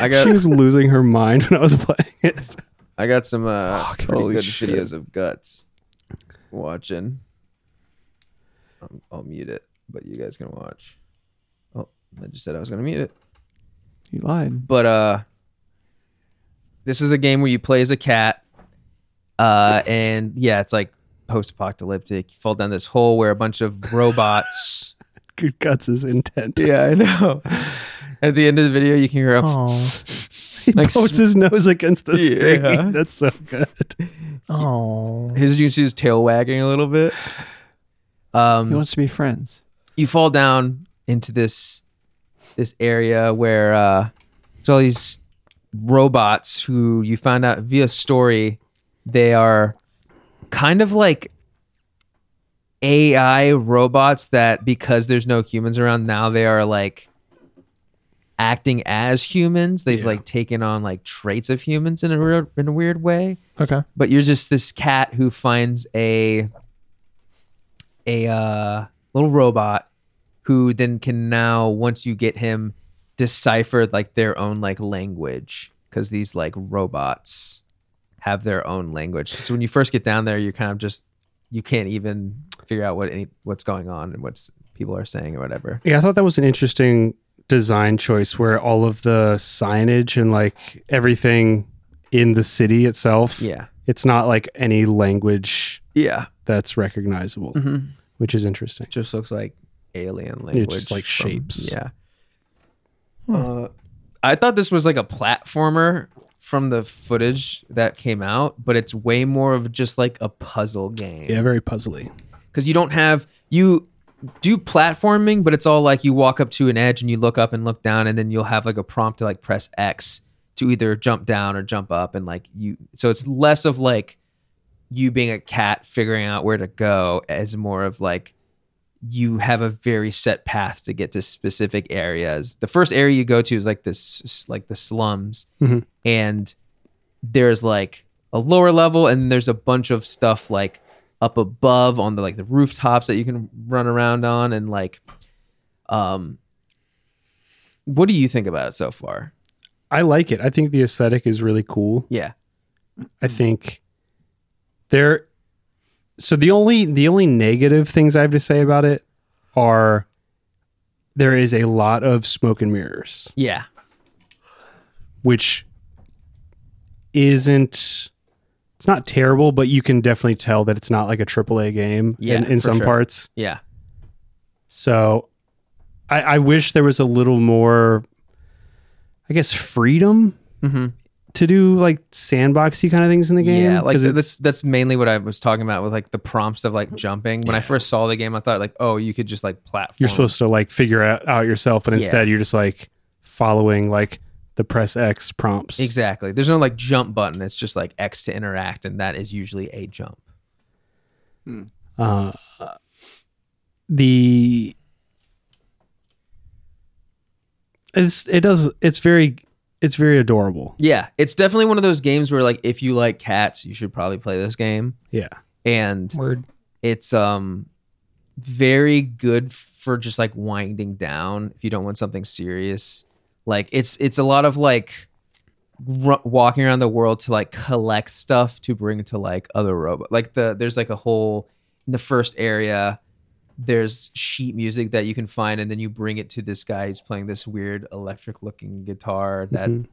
I
She
got
was losing her mind when I was playing it.
I got some uh, pretty
holy
good
shit.
videos of guts. Watching. I'm, I'll mute it, but you guys can watch. Oh, I just said I was gonna mute it.
You lied.
but uh this is the game where you play as a cat uh and yeah it's like post-apocalyptic you fall down this hole where a bunch of robots
Good guts is intent.
yeah i know at the end of the video you can hear a
Oh,
He
Like,
pokes his nose against the screen.
Yeah.
That's so good.
oh.
his you can see his tail wagging a little bit
He
um
wants to be friends.
you fall down into this this area where uh there's all these robots who you find out via story they are kind of like AI robots that because there's no humans around now they are like acting as humans they've
Yeah.
like taken on like traits of humans in a weird in a weird way
Okay.
but you're just this cat who finds a a uh, little robot who then can now once you get him decipher like their own like language because these like robots have their own language so when you first get down there you're kind of just you can't even figure out what any what's going on and what's people are saying or whatever
Yeah, I thought that was an interesting design choice where all of the signage and like everything in the city itself,
yeah
it's not like any language
yeah
that's recognizable,
Mm-hmm.
which is interesting.
just looks like alien language
Yeah, just like
from-
shapes.
yeah Uh, I thought this was like a platformer from the footage that came out, but it's way more of just like a puzzle game.
Yeah, very puzzly.
because you don't have you do platforming, but it's all like you walk up to an edge and you look up and look down, and then you'll have like a prompt to like press X to either jump down or jump up, and like you. So it's less of like you being a cat figuring out where to go, as more of like you have a very set path to get to specific areas. The first area you go to is like this, like the slums,
Mhm.
and there's like a lower level, and there's a bunch of stuff like up above on the like the rooftops that you can run around on, and like, um, what do you think about it so far?
I like it. I think the aesthetic is really cool.
Yeah, Mm.
I think there so the only the only negative things I have to say about it are there is a lot of smoke and mirrors,
yeah,
which isn't it's not terrible, but you can definitely tell that it's not like a AAA game
Yeah,
in, in
for
some
sure.
parts.
yeah,
So I, I wish there was a little more, I guess, freedom
mm-hmm.
to do like sandboxy kind of things in the game.
yeah. Like
'cause it's-
that's that's mainly what I was talking about with like the prompts of like jumping. When I first saw the game, I thought like, oh, you could just like platform.
you're supposed to like figure out, out yourself, and
Yeah.
instead you're just like following like the press X prompts.
Exactly. There's no like jump button. It's just like X to interact, and that is usually a jump.
Uh, the it's it does it's very it's very adorable.
Yeah, it's definitely one of those games where like if you like cats, you should probably play this game.
Yeah,
And
Word.
it's um very good for just like winding down if you don't want something serious. Like it's it's a lot of like ru walking around the world to like collect stuff to bring to like other robot. Like the there's like a whole in the first area there's sheet music that you can find and then you bring it to this guy who's playing this weird electric looking guitar that
Mhm.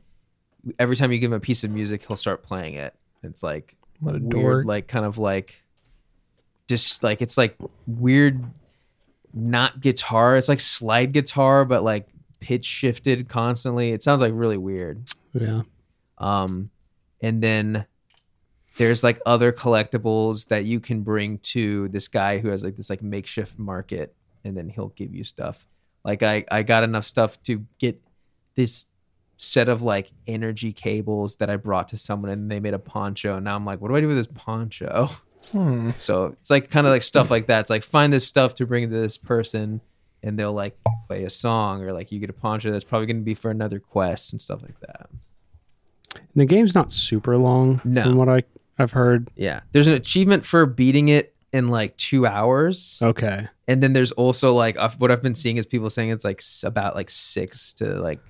every time you give him a piece of music he'll start playing it it's like
What a
weird
dork.
like kind of like just like it's like weird not guitar it's like slide guitar but like pitch shifted constantly it sounds like really weird
yeah.
um, and then there's like other collectibles that you can bring to this guy who has like this like makeshift market, and then he'll give you stuff. Like I I got enough stuff to get this set of like energy cables that I brought to someone, and they made a poncho. And now I'm like, what do I do with this poncho?
Hmm.
So it's like kind of like stuff like that. It's like find this stuff to bring to this person, and they'll like play a song, or like you get a poncho that's probably going to be for another quest and stuff like that.
And the game's not super long,
No.
from what I I've heard.
Yeah. There's an achievement for beating it in like two hours.
Okay,
And then there's also like I've- what I've been seeing is people saying it's like s- about like six to like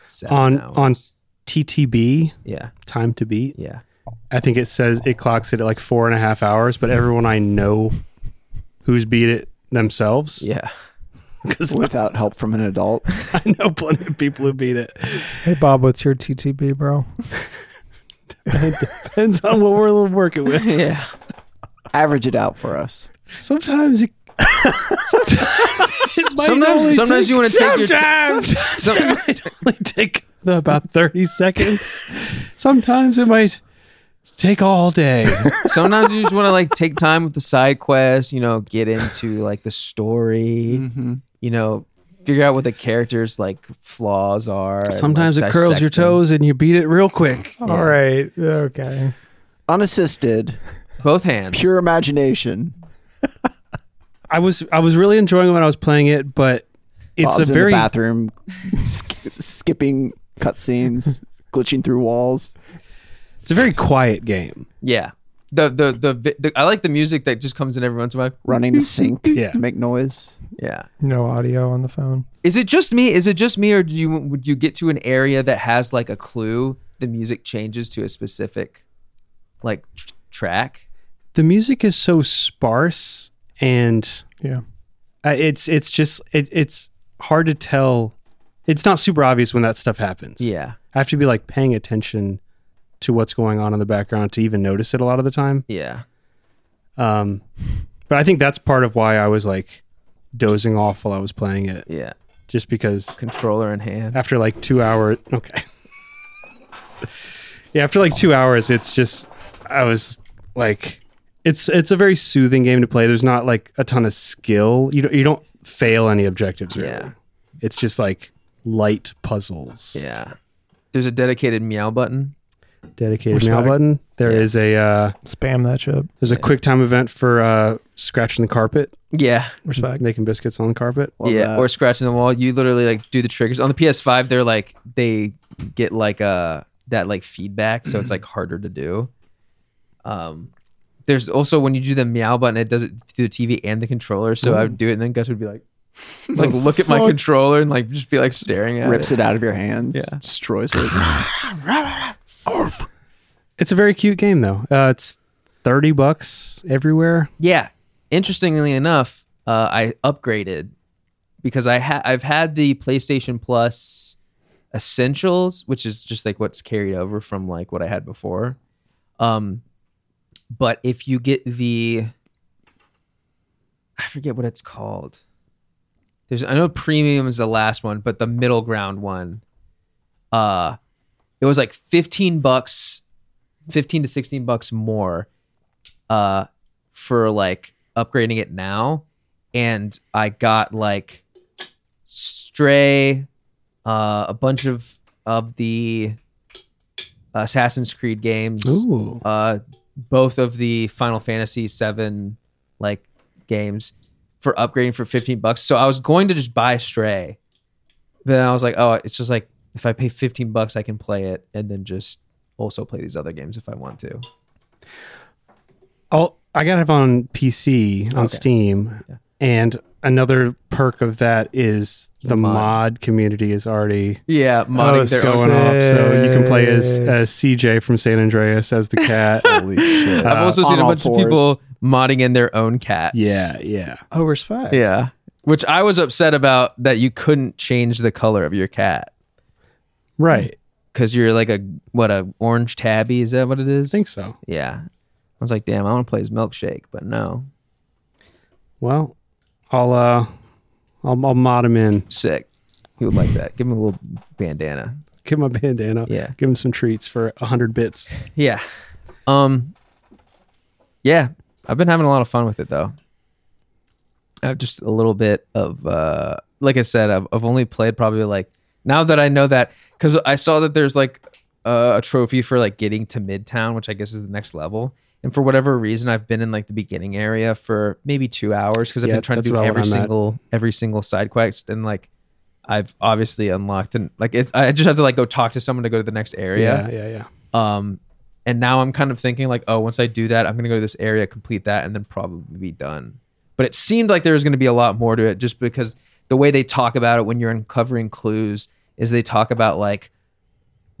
seven
On-
hours.
on- TTB
yeah
time to beat.
yeah
I think it says it clocks it at like four and a half hours, but everyone I know who's beat it themselves
yeah
because
without help from an adult.
I know plenty of people who beat it.
Hey Bob, what's your TTB, bro?
It depends on what we're working with.
yeah.
Average it out for us.
Sometimes it, sometimes it might only
Sometimes sometimes
take-
you want to take your t-
sometimes
some-
it might only take about thirty seconds. Sometimes it might take all day.
sometimes you just want to like take time with the side quest. You know, get into like the story.
Mm-hmm.
You know, figure out what the character's like flaws are. and,
Sometimes
like,
it curls your
dissect them.
toes and you beat it real quick.
All right. Okay.
Unassisted,
Both hands.
pure imagination.
I was I was really enjoying it when I was playing it, but it's
Bob's
a very
in the bathroom, sk- skipping cutscenes, glitching through walls.
it's a very quiet game.
Yeah. The, the the vi- the I like the music that just comes in every once in a while.
running the sink
Yeah.
to make noise.
Yeah.
No audio on the phone.
Is it just me? Is it just me, or do you would you get to an area that has like a clue? The music changes to a specific, like tr- track.
The music is so sparse and
Yeah.
uh, it's it's just it, it's hard to tell. It's not super obvious when that stuff happens.
Yeah,
I have to be like paying attention to what's going on in the background to even notice it a lot of the time.
yeah,
Um, but I think that's part of why I was like dozing off while I was playing it
yeah.
just because
Controller in hand.
after like two hours, okay. yeah, after like two hours, it's just I was like, it's it's a very soothing game to play. There's not like a ton of skill. You don't you don't fail any objectives really.
Yeah.
It's just like light puzzles.
Yeah. There's a dedicated meow button.
Dedicated
Respect.
mail button. There
Yeah.
is a uh,
Spam that shit.
there's a quick time event for uh, scratching the carpet,
Yeah.
Respect.
making biscuits on the carpet.
Love
yeah.
that.
Or scratching the wall. You literally like do the triggers. On the PS5, they're like they get like uh that like feedback, so
Mm-hmm.
it's like harder to do. Um there's also when you do the meow button, it does it through the TV and the controller. So
Mm.
I would do it and then Gus would be like like look at my controller and like just be like staring at
rips
it.
it out of your hands.
Yeah.
Destroys it.
It's a very cute game though. Uh, it's thirty bucks everywhere.
Yeah. Interestingly enough, uh, I upgraded because I ha- I've had the PlayStation Plus Essentials, which is just like what's carried over from like what I had before. Um, but if you get the, I forget what it's called. There's I know premium is the last one, but the middle ground one, uh, it was like fifteen bucks, fifteen to sixteen bucks more, uh, for like upgrading it now and i got like stray uh a bunch of of the uh, assassin's creed games
Ooh.
uh both of the final fantasy 7 like games for upgrading for 15 bucks so i was going to just buy stray but then i was like oh it's just like if i pay 15 bucks i can play it and then just also play these other games if i want to
I'll, Oh, I got it on PC on Steam, and another perk of that is the, mod.
mod.
community is already
yeah modding their
so-
own
going off, so you can play as,
Sick.
as CJ from San Andreas as the cat.
Holy shit.
I've
Uh,
also seen
on
a
all
bunch of
fours.
people modding in their own cats.
yeah, yeah.
Oh, respect.
Yeah. Which I was upset about that you couldn't change the color of your cat
Right.
because you're like a, what, a orange tabby? Is that what it is?
I think so.
Yeah. I was like, damn, I want to play his milkshake, but no.
Well, I'll uh, I'll, I'll mod him in.
Sick. He would like that. Give him a little bandana.
Give him a bandana.
Yeah.
Give him some treats for hundred bits.
Yeah. Um, yeah. I've been having a lot of fun with it though. I've just a little bit of uh like I said, I've, I've only played probably like now that I know that because I saw that there's like uh, a trophy for like getting to Midtown, which I guess is the next level. And for whatever reason, I've been in like the beginning area for maybe two hours because I've
Yeah,
been trying to
that's
do
about where
every
I'm at.
single every single side quest and like I've obviously unlocked and like it's I just have to like go talk to someone to go to the next area
yeah, yeah. yeah.
um and now i'm kind of thinking like oh once i do that i'm gonna go to this area complete that and then probably be done but it seemed like there was gonna be a lot more to it just because the way they talk about it when you're uncovering clues is they talk about like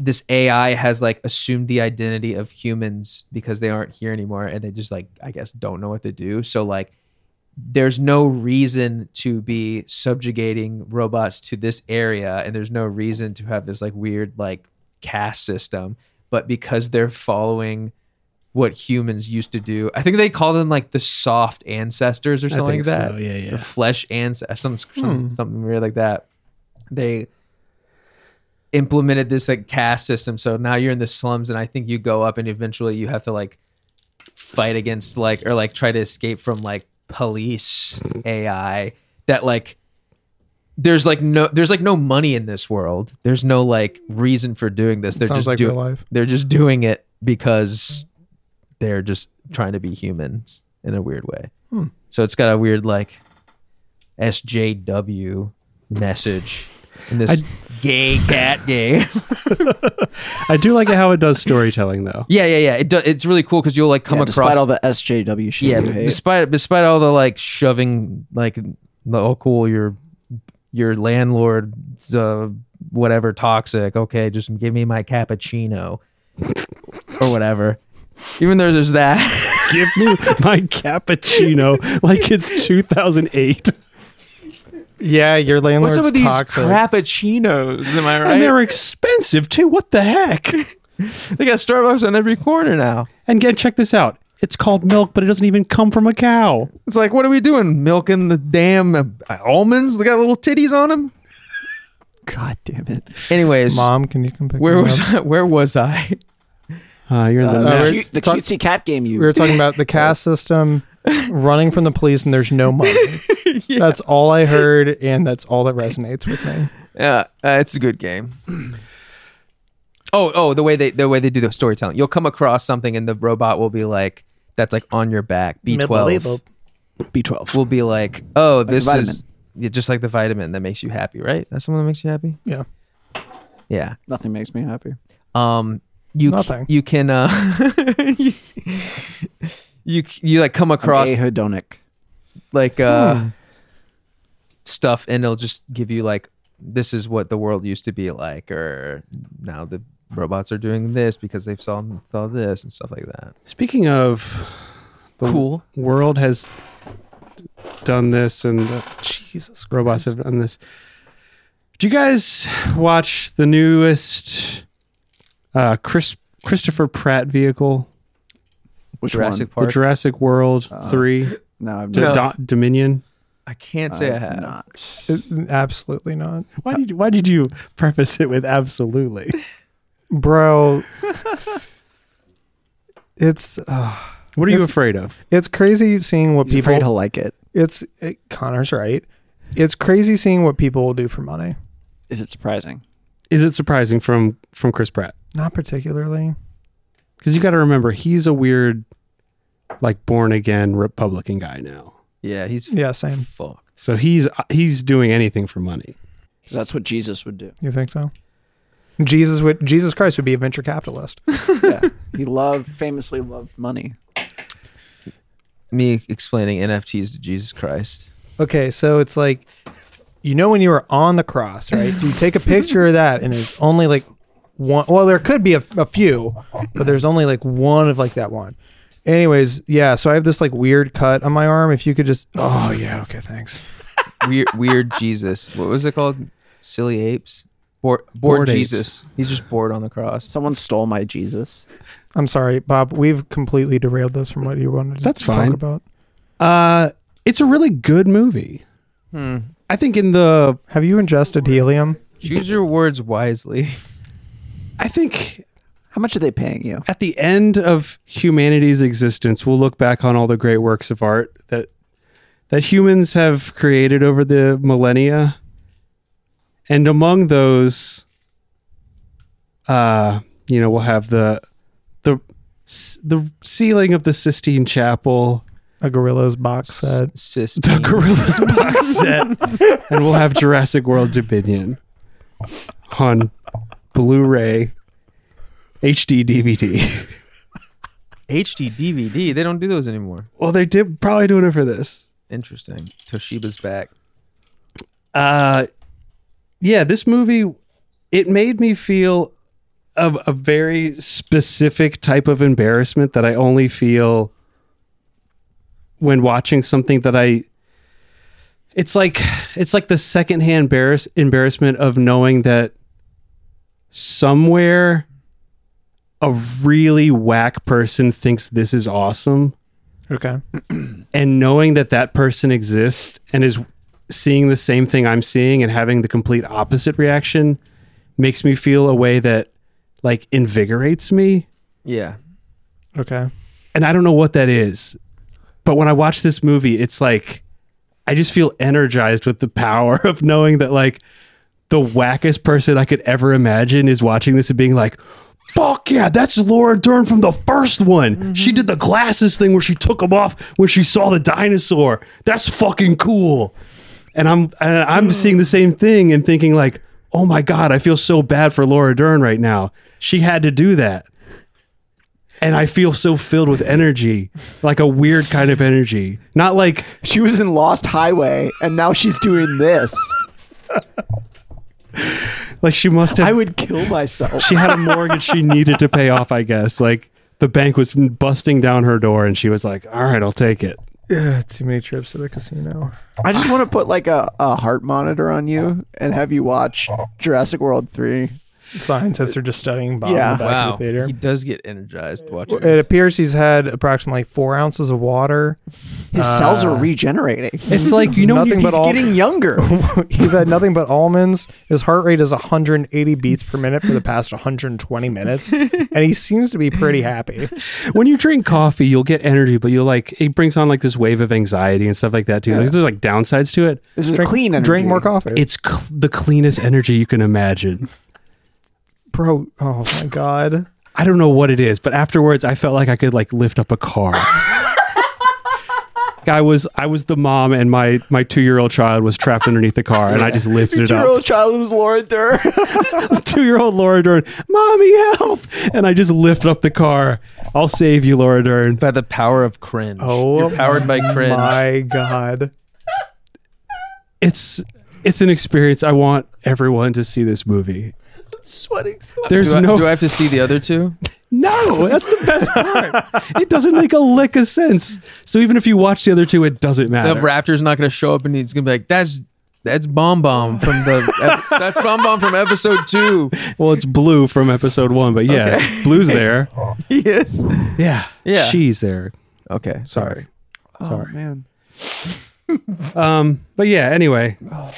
this ai has like assumed the identity of humans because they aren't here anymore and they just like i guess don't know what to do so like there's no reason to be subjugating robots to this area and there's no reason to have this like weird like caste system but because they're following what humans used to do i think they call them like the soft ancestors or
I
something like
think so,
that
yeah, yeah.
Or flesh ancestors some, some, something weird like that they implemented this like caste system so now you're in the slums and i think you go up and eventually you have to like fight against like or like try to escape from like police
Mm-hmm.
AI that like there's like no there's like no money in this world. There's no like reason for doing this. They're
Sounds
just
like
doing
real life.
they're just doing it because they're just trying to be humans in a weird way.
Hmm.
So it's got a weird like SJW message in this gay cat game.
I do like how it does storytelling though.
yeah, yeah, yeah. It do, it's really cool because you'll like come
Yeah,
across
despite all the SJW shit.
yeah
you hate.
despite despite all the like shoving like oh cool your your landlord uh, whatever toxic okay just give me my cappuccino or whatever even though there's that
Give me my cappuccino like it's 2008.
Yeah, your landlord's
what's up with these
toxic.
cappuccinos am i
And
right
they're expensive too. What the heck?
they got starbucks on every corner now
And again, check this out. It's called milk, but it doesn't even come from a cow.
it's like what are we doing milking the damn uh, almonds they got little titties on them
God damn it.
Anyways,
Mom, can you come pick
where
me
was
up?
I, where was I?
Uh, you're in the
Uh,
mess.
the
we're
cute- the
talk-
cutesy cat game you
We were talking about the caste system, running from the police, and there's no money. That's all I heard, and that's all that resonates with me.
Yeah, uh, it's a good game. Oh, oh, the way they the way they do the storytelling. You'll come across something and the robot will be like, "That's like on your back." B twelve
B12.
will be like, "Oh, this
vitamin.
is yeah, just like the vitamin that makes you happy, right? That's the one that makes you happy."
Yeah.
yeah.
Nothing makes me happier.
Um, you c-
Nothing.
you can uh, you, you c- you like come
I'm
across
ahedonic.
like uh stuff and it'll just give you like this is what the world used to be like or now the robots are doing this because they've saw, saw this and stuff like that
Speaking of the
cool
world has done this and the
Jesus Christ.
robots have done this. Do you guys watch the newest uh, Chris Christopher Pratt vehicle,
Which
Jurassic
one?
Park
the Jurassic World
Uh,
Three,
No, I've
Do-
No.
Do- Dominion?
i can't say i
I've
have
Not.
Uh, Absolutely not.
Why did Why did you preface it with absolutely?
Bro. It's uh,
What are you
It's-
afraid of?
it's crazy seeing what
He's
people
afraid he'll like it.
it's it, Connor's right. It's crazy seeing what people will do for money.
Is it surprising?
Is it surprising from from Chris Pratt?
Not particularly.
Because you got to remember, he's a weird, like born again Republican guy now.
yeah he's
Yeah, same.
fucked
So he's he's doing anything for money.
'Cause that's what Jesus would do.
You think so? Jesus would Jesus Christ would be a venture capitalist.
yeah. He loved, famously loved money.
me explaining nfts to jesus christ
Okay, so it's like you know when you were on the cross, right? You take a picture of that and there's only like one well, there could be a, a few, but there's only like one of like that one. Anyways, yeah, so I have this like weird cut on my arm. If you could just Oh yeah, okay, thanks.
weird weird jesus what was it called silly apes bored, bored
Bored apes.
jesus he's just bored on the cross
Someone stole my Jesus.
I'm sorry, Bob. We've completely derailed this from what you wanted to
That's
talk
fine.
about.
Uh, it's a really good movie.
hmm.
I think in the
Have you ingested helium?
choose your words wisely
I think
How much are they paying you?
at the end of humanity's existence, we'll look back on all the great works of art that that humans have created over the millennia, and among those, uh, you know, we'll have the the s- the ceiling of the Sistine Chapel,
A gorilla's box
S-
set.
the
Sistine.
Gorillas box set, and we'll have Jurassic World Dominion on Blu-ray, HD DVD.
hd dvd they don't do those anymore
Well, they did probably doing it for this.
Interesting. Toshiba's back.
Uh, yeah, this movie it made me feel a, a very specific type of embarrassment that I only feel when watching something that I. It's like it's like the secondhand embarrass, embarrassment of knowing that somewhere a really whack person thinks this is awesome
Okay.
and knowing that that person exists and is seeing the same thing I'm seeing and having the complete opposite reaction makes me feel a way that like invigorates me.
Yeah.
Okay.
And I don't know what that is. But when I watch this movie, it's like I just feel energized with the power of knowing that like the wackest person I could ever imagine is watching this and being like, Fuck yeah, that's Laura Dern from the first one. She did the glasses thing where she took them off when she saw the dinosaur. That's fucking cool. And I'm and I'm seeing the same thing and thinking like, oh my god, I feel so bad for Laura Dern right now. She had to do that. And I feel so filled with energy, like a weird kind of energy. Not like
She was in Lost Highway and now she's doing this.
like she must have
I would kill myself.
she had a mortgage she needed to pay off, I guess. Like the bank was busting down her door and she was like, "All right, I'll take it."
Ugh, too many trips to the casino.
I just want to put like a, a heart monitor on you and have you watch Jurassic World 3
scientists are just studying Bob
Yeah.
in the back
wow,
of the theater.
he does get energized watching.
It
this.
appears he's had approximately four ounces of water.
His cells are
Uh,
regenerating.
It's like you know
He's
nothing but al-
getting younger.
he's had nothing but almonds. His heart rate is 180 beats per minute for the past 120 minutes, and he seems to be pretty happy.
when you drink coffee, you'll get energy, but you'll like it brings on like this wave of anxiety and stuff like that too. Like,
Yeah.
there's like downsides to it.
This is
Drink-
clean energy.
Drink more coffee,
It's cl- the cleanest energy you can imagine.
bro. Oh my god.
I don't know what it is, but afterwards I felt like I could like lift up a car. I was I was the mom and my my two year old child was trapped underneath the car and I just lifted it up.
Two-year-old child was Laura Dern.
Two year old Laura Dern, mommy help! And I just lift up the car. I'll save you, Laura Dern.
by the power of cringe.
Oh
You're powered by cringe.
My god.
It's it's an experience. I want everyone to see this movie.
sweating so
There's
do I,
no
do I have to see the other two?
No, that's the best part. it doesn't make a lick of sense. So even if you watch the other two, it doesn't
The
matter.
Raptor's not going to show up, and he's going to be like, "That's that's Bomb Bomb from the ep- that's Bomb Bomb from episode two.
well, it's blue from episode one, but yeah, blue's there.
Yes.
Yeah,
Yeah.
she's there.
Okay.
Sorry, sorry.
Oh, man.
Um, but yeah. Anyway,
I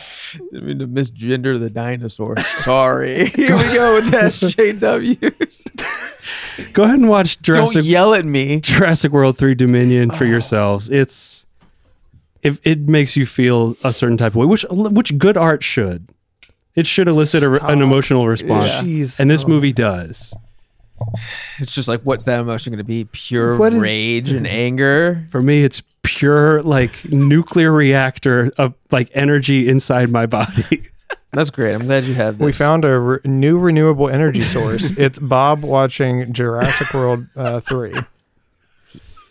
mean to misgender the dinosaur. Sorry. Here we go with SJWs.
go ahead and watch
Don't Oh.
Jurassic
yell at me.
Jurassic World Three Dominion for yourselves. It's if it makes you feel a certain type of way, which which good art should. It should elicit a, an
Stop.
emotional response,
Jeez.
and this
Oh.
movie does.
It's just like, what's that emotion going to be? Pure
What is-
rage and anger.
For me, it's pure like nuclear reactor of like energy inside my body.
That's great. I'm glad you have this.
We found a re- new renewable energy source. it's Bob watching Jurassic World uh, 3.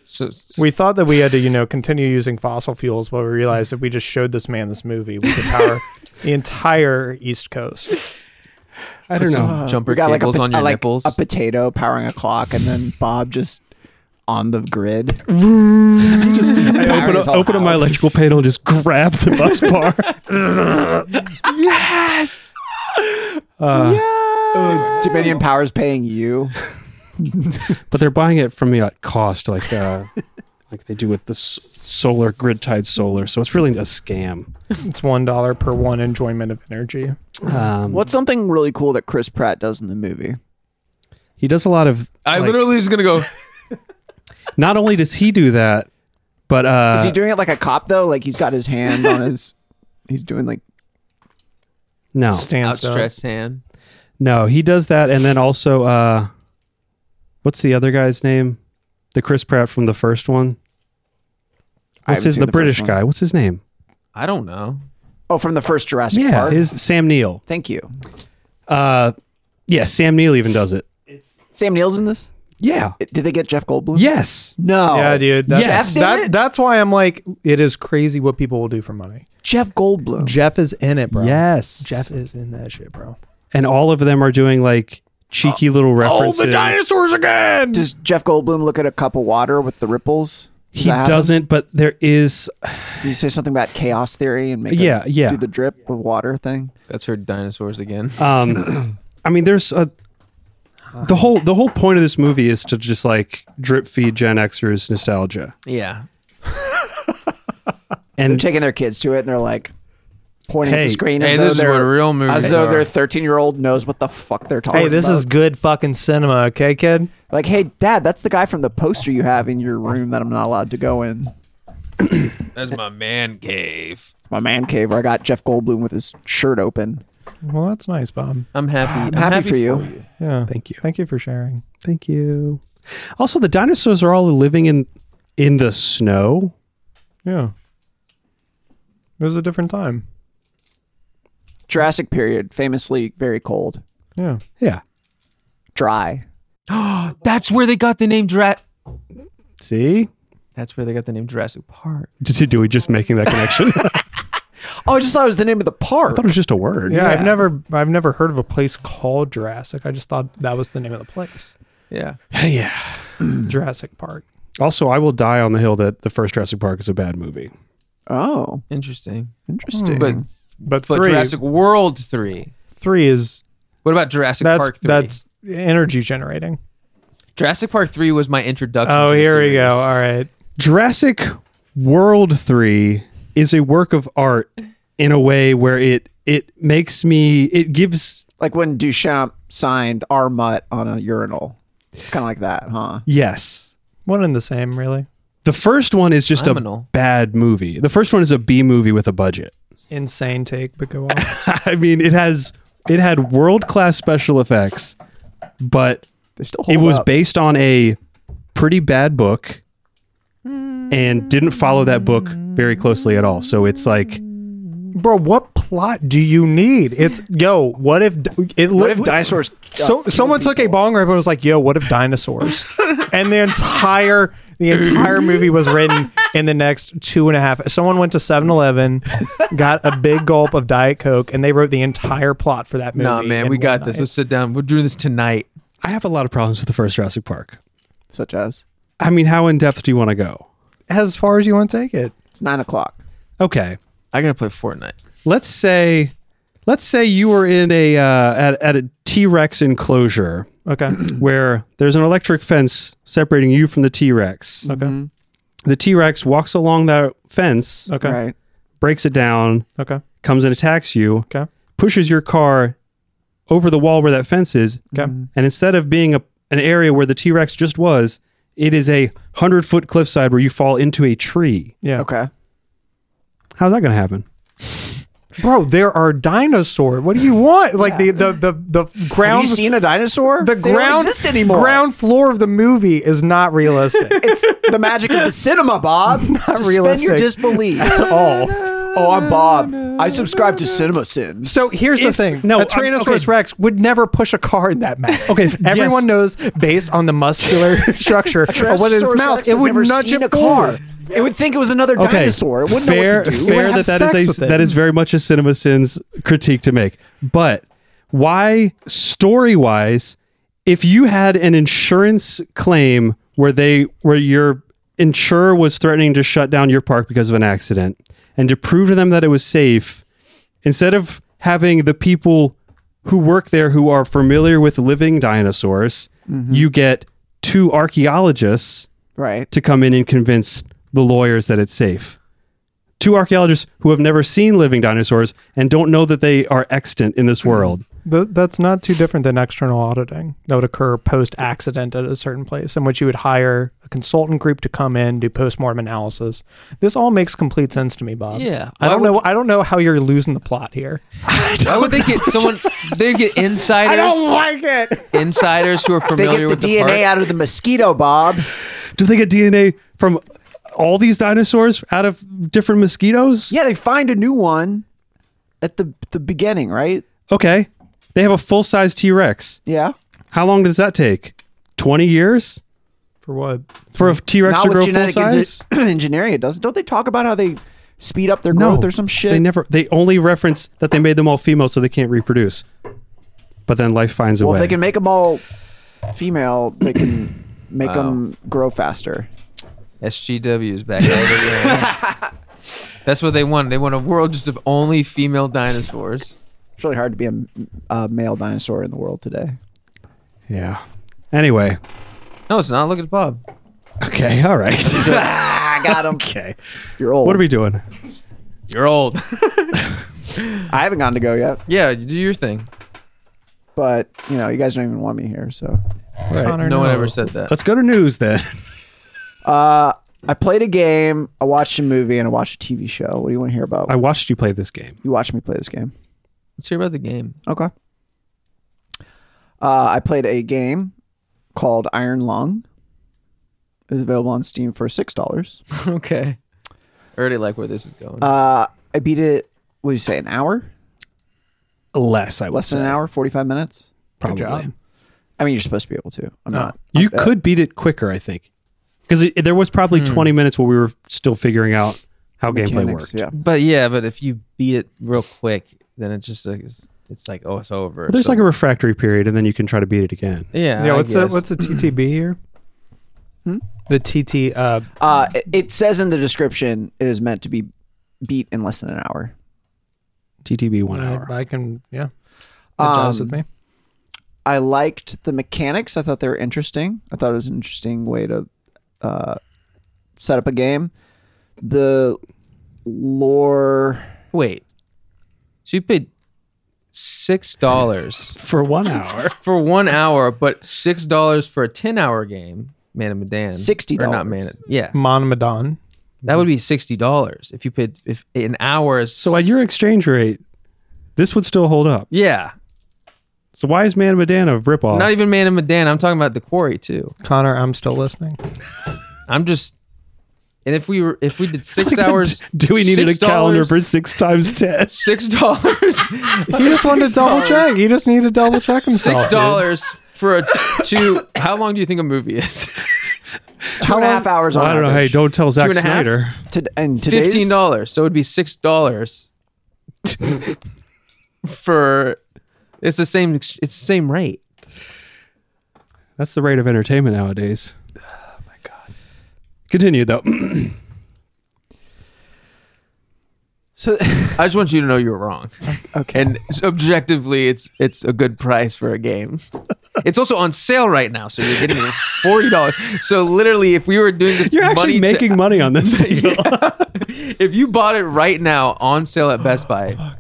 So,
We thought that we had to, you know, continue using fossil fuels, but we realized if we just showed this man this movie, we could power the entire East Coast.
I don't
some
know.
jumper
We got like a,
cables
po-
on your
like
nipples.
a potato powering a clock, and then Bob just on the grid.
Just I
powering
open,
his
up,
whole
open up my
house.
electrical panel and just grab the bus bar.
Dominion Power's paying you.
but they're buying it from me at cost, like uh, like they do with the s- solar grid tied solar. So it's really a scam.
It's one dollar per one enjoyment of energy.
Um,
What's something really cool that Chris Pratt does in the movie?
he does a lot of.
I
like,
literally was going to go.
Not only does he do that, but uh,
Is he doing it like a cop though? Like he's got his hand on his. He's doing like
no
Stand still.
outstretched hand.
no he does that, and then also uh, what's the other guy's name? The Chris Pratt from the first one.
I haven't
What's his
seen
the,
the first
British
one.
guy? What's his name?
I don't know.
oh from the first Jurassic
yeah,
Park.
his Sam Neill.
Thank you.
Uh, yeah, Sam Neill even does it.
Sam Neill's in this.
Yeah.
Did they get Jeff Goldblum?
Yes.
No.
Yeah, dude. That's,
Yes.
that-
Jeff did it?
that's why I'm like, it is crazy what people will do for money.
Jeff Goldblum.
Jeff is in it, bro.
Yes.
Jeff is in that shit, bro.
And all of them are doing like cheeky
Uh,
little references.
again.
Does Jeff Goldblum look at a cup of water with the ripples? Does
He
that happen?
doesn't, but there is.
Did he say something about chaos theory and make a-
Yeah, yeah.
do the drip of water thing?
That's her dinosaurs again.
Um, I mean, there's a. The whole the whole point of this movie is to just like drip feed Gen Xers nostalgia,
Yeah.
They're
and
taking their kids to it and they're like pointing at
Hey,
the screen
Hey,
as
this is
though
what
they're
real movies
as though
are.
their 13 year old knows what the fuck they're talking
Hey, this
about.
is good fucking cinema, okay, kid?
like, hey, dad, that's the guy from the poster you have in your room that I'm not allowed to go in.
That's my man cave.
It's my man cave where I got Jeff Goldblum with his shirt open.
Well, that's nice, Bob.
I'm happy. I'm,
happy for you.
Yeah.
thank you,
Thank you for sharing.
thank you. Also, the dinosaurs are all living in in the snow.
Yeah. It was a different time.
Jurassic period, famously very cold,
Yeah.
Yeah,
dry.
That's where they got the name Jurassic.
see,
That's where they got the name Jurassic Park.
do we just making that connection? I
Oh, I just thought it was the name of the park.
thought it was just a word.
Yeah, I've
Yeah.
never I've never heard of a place called Jurassic. I just thought that was the name of the place.
Yeah.
yeah.
Jurassic Park.
Also, I will die on the hill that the first Jurassic Park is a bad movie.
Oh,
Interesting.
Hmm. interesting.
Hmm. But
But
but
three
Jurassic World three.
three is
What about Jurassic
that's
Park 3?
that's energy generating.
Jurassic Park 3 was my introduction
Oh,
to the
here we go.
series.
All right.
Jurassic World 3 is a work of art in a way where it it makes me it gives
Like when Duchamp signed our mutt on a urinal. It's kind of like that, huh?
yes.
One and the same, really.
The first one is just
Liminal.
a bad movie. The first one is a B movie with a budget.
Insane take, but go on.
I mean, it has it had world-class special effects, but
They still
it
hold
was
up.
based on a pretty bad book and didn't follow that book very closely at all. So it's like
Bro, what plot do you need? It's yo. What if d- it?
what
li-
if dinosaurs? uh,
So someone took a bong rip and was like, "Yo, what if dinosaurs?" and the entire the entire movie was written in the next two and a half. Someone went to 7-Eleven, got a big gulp of Diet Coke, and they wrote the entire plot for that movie.
Nah, man,
in
we
one
got this.
night.
Let's sit down. We're doing this tonight.
I have a lot of problems with the first Jurassic Park.
such as
I mean, how in depth do you want to go?
as far as you want to take it.
it's nine o'clock.
Okay.
I gotta play Fortnite.
let's say let's say you were in a uh, at, at a t-rex enclosure
Okay.
where there's an electric fence separating you from the t-rex
Okay.
Mm-hmm.
the t-rex walks along that fence
Okay.
Right.
breaks it down
Okay.
comes and attacks you
Okay.
pushes your car over the wall where that fence is
Okay.
Mm-hmm.
and instead of being a, an area where the t-rex just was it is a hundred foot cliffside where you fall into a tree
Yeah.
Okay.
how's that going to happen
bro, there are dinosaurs. What do you want? Like the the the the
Have
ground.
you seen a dinosaur?
the
They don't
ground
exist anymore.
ground floor of the movie is not realistic.
It's the magic of the cinema, Bob. Suspend your
realistic.
disbelief.
at all.
oh, I'm Bob. I subscribe to Cinema Sins.
So here's the
If-
thing.
no,
a
um,
I'm-
Tyrannosaurus
okay.
Rex would never push a car in that manner.
Okay, f-
Everyone
yes.
knows based on the muscular structure of what is
Tyrannosaurus
its
Rex
mouth, it
has
would
never
nudge
seen
it
a car.
forward.
It would think it was another dinosaur. It wouldn't know
fair,
what to do.
fair
would
that
have
that
sex
is
with
a
it.
that is very much a CinemaSins critique to make. But why story wise, if you had an insurance claim where they where your insurer was threatening to shut down your park because of an accident, and to prove to them that it was safe, instead of having the people who work there who are familiar with living dinosaurs,
Mm-hmm.
you get two archaeologists
Right.
to come in and convince the lawyers that it's safe. Two archaeologists who have never seen living dinosaurs and don't know that they are extant in this world.
Th- that's not too different than external auditing that would occur post accident at a certain place, in which you would hire a consultant group to come in do postmortem analysis. This all makes complete sense to me, Bob.
Yeah.
I
Why
don't
would-
know. I don't know how you're losing the plot here.
Why would they get someone? They get insiders.
like it.
Insiders who are
They
familiar
get the
with
DNA
park.
out of the mosquito, Bob.
Do they get DNA from all these dinosaurs out of different mosquitoes?
Yeah, they find a new one at the the beginning, right?
Okay. They have a full size T Rex.
Yeah.
How long does that take? 20 years
For what?
for a T Rex
Not
to
with
grow full
genetic en-
size?
engineering. It doesn't. Don't they talk about how they speed up their
No,
growth or some shit?
They never. They only reference that they made them all female, so they can't reproduce. But then life finds a
well,
way.
if they can make them all female, they can make
Wow.
them grow faster.
SGW's back. over here. That's what they want. They want a world just of only female dinosaurs.
It's really hard to be a, a male dinosaur in the world today.
yeah. Anyway.
No, it's not. Look at Bob.
Okay. All right.
I got him.
okay.
You're old.
What are we doing?
You're old.
I haven't gotten to go yet,
yeah, you do your thing.
but you know, you guys don't even want me here, so.
Connor,
No one ever said that.
Let's go to news then.
Uh, I played a game, I watched a movie, and I watched a TV show. What do you want to hear about?
I watched you play this game.
you watched me play this game.
Let's hear about the game.
Okay. Uh, I played a game called Iron Lung. It's available on Steam for six dollars.
okay. I already like where this is going.
Uh, I beat it. What do you say? An hour?
Less, I would
Less than an
say,
hour? Forty-five minutes?
Probably.
job.
I mean, you're supposed to be able to. I'm not.
You
Uh,
could beat it quicker, I think, because there was probably 20 minutes where we were still figuring out how gameplay
mechanics,
worked.
Yeah.
but yeah, but if you beat it real quick, then it just like it's, it's like oh it's over.
But there's
So-
like a refractory period, and then you can try to beat it again.
yeah.
Yeah.
I
What's the
guess.
what's the TTB here?
Hmm?
The TT. Uh,
Uh, it, it says in the description it is meant to be beat in less than an hour.
TTB one
I-
hour.
I, can. Yeah. That jives
Um,
with me.
I liked the mechanics. I thought they were interesting. I thought it was an interesting way to uh, set up a game. The lore.
Wait. So you paid six dollars
for one hour.
for one hour, but six dollars for a ten hour game, Man of Medan.
$60.
Or not Man Yeah.
Monomadon.
That would be sixty dollars if you paid if an hour is
So at your exchange rate, this would still hold up.
Yeah.
So why is Man of Medan a ripoff?
Not even Man of Medan. I'm talking about the quarry too.
Connor, I'm still listening.
I'm just and if we were if we did six hours
Do we needed a calendar
$6
for six times ten?
six dollars
He just wanted to double check. He just needed to double check himself.
six dollars for a two how long do you think a movie is?
Two and a half hours on
I don't know. Hey,
average.
don't tell Zack
and a half?
Snyder.
To, and today's,
Fifteen dollars. So it'd be six dollars for it's the same ex- it's the same rate.
That's the rate of entertainment nowadays. Oh my god. Continue though.
So,
I just want you to know you're wrong.
okay.
And objectively it's it's a good price for a game. It's also on sale right now, so you're getting it for forty dollars. So literally if we were doing this
You're actually
money to-
making money on this deal.
if you bought it right now on sale at Best Buy,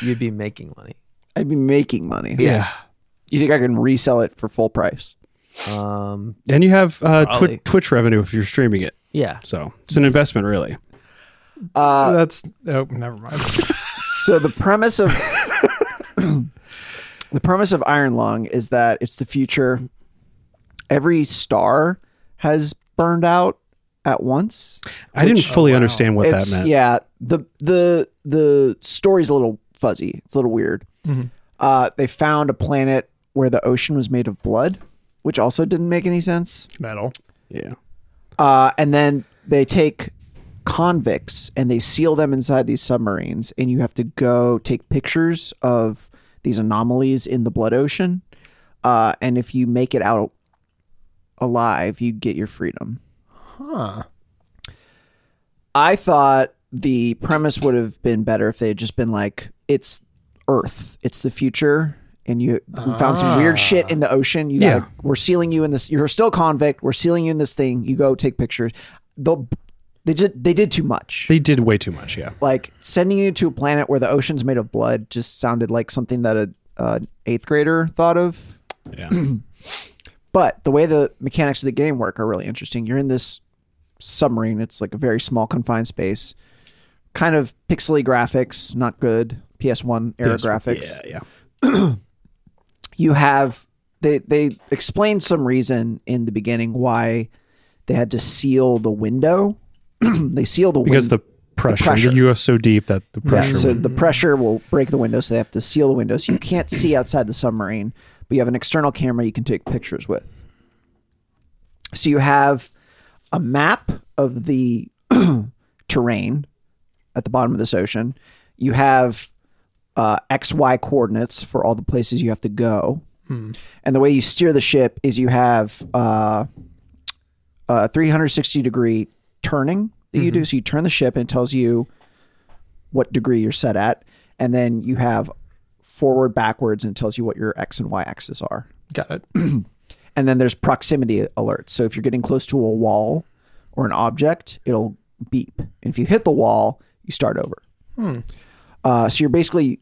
you'd be making money.
I'd be making money.
yeah.
You think I can resell it for full price?
Um,
And you have uh,
Probably.
Twi- Twitch revenue if you're streaming it.
yeah.
So it's an investment, really.
Uh,
That's oh, never mind.
so the premise of the premise of Iron Lung is that it's the future. Every star has burned out at once.
I didn't fully understand what that
it's,
meant.
Yeah, the the the story's a little fuzzy. It's a little weird.
Mm-hmm.
Uh, they found a planet where the ocean was made of blood, which also didn't make any sense.
Metal.
Yeah.
Uh, and then they take convicts and they seal them inside these submarines, and you have to go take pictures of these anomalies in the blood ocean. Uh, and if you make it out alive, you get your freedom.
Huh.
I thought the premise would have been better if they had just been like, it's Earth, it's the future, and you we found some weird shit in the ocean. You
Yeah.
gotta, we're sealing you in this. You're still a convict. We're sealing you in this thing. You go take pictures. They'll, they did they did too much.
They did way too much, yeah.
like sending you to a planet where the ocean's made of blood just sounded like something that a uh, eighth grader thought of.
Yeah.
But the way the mechanics of the game work are really interesting. You're in this submarine, it's like a very small confined space. Kind of pixely graphics, not good. PS1 era graphics.
Yeah, yeah.
You have they they explained some reason in the beginning why they had to seal the window. they seal the
Because
window.
the pressure, the
pressure.
US so deep that the pressure
Yeah, so the pressure will break the window, so they have to seal the window. So you can't see outside the submarine, but you have an external camera you can take pictures with. So you have a map of the terrain at the bottom of this ocean. You have uh, XY coordinates for all the places you have to go. And the way you steer the ship is you have uh, a 360 degree turning that you do. So you turn the ship and it tells you what degree you're set at. And then you have forward, backwards, and it tells you what your X and Y axes are.
Got it.
And then there's proximity alerts. So if you're getting close to a wall or an object, it'll beep. And if you hit the wall, you start over. Uh, so you're basically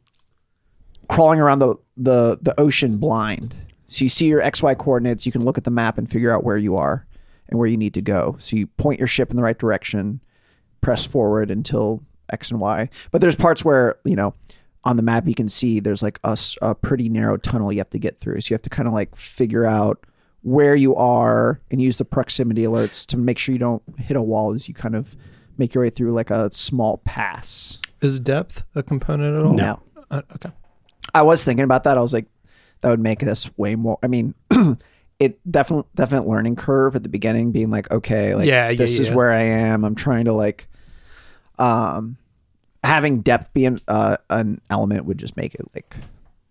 crawling around the, the, the ocean blind. So you see your XY coordinates, you can look at the map and figure out where you are and where you need to go. So you point your ship in the right direction, press forward until X and Y. But there's parts where, you know, on the map you can see there's like a, s- a pretty narrow tunnel you have to get through. So you have to kind of like figure out where you are and use the proximity alerts to make sure you don't hit a wall as you kind of make your way through like a small pass.
Is depth a component at all?
Now,
Uh, okay.
I was thinking about that. I was like, that would make this way more. I mean, it definite definite learning curve at the beginning, being like, okay, like
Yeah, yeah,
this is
yeah.
where I am. I'm trying to like, um, having depth be an uh, an element would just make it like,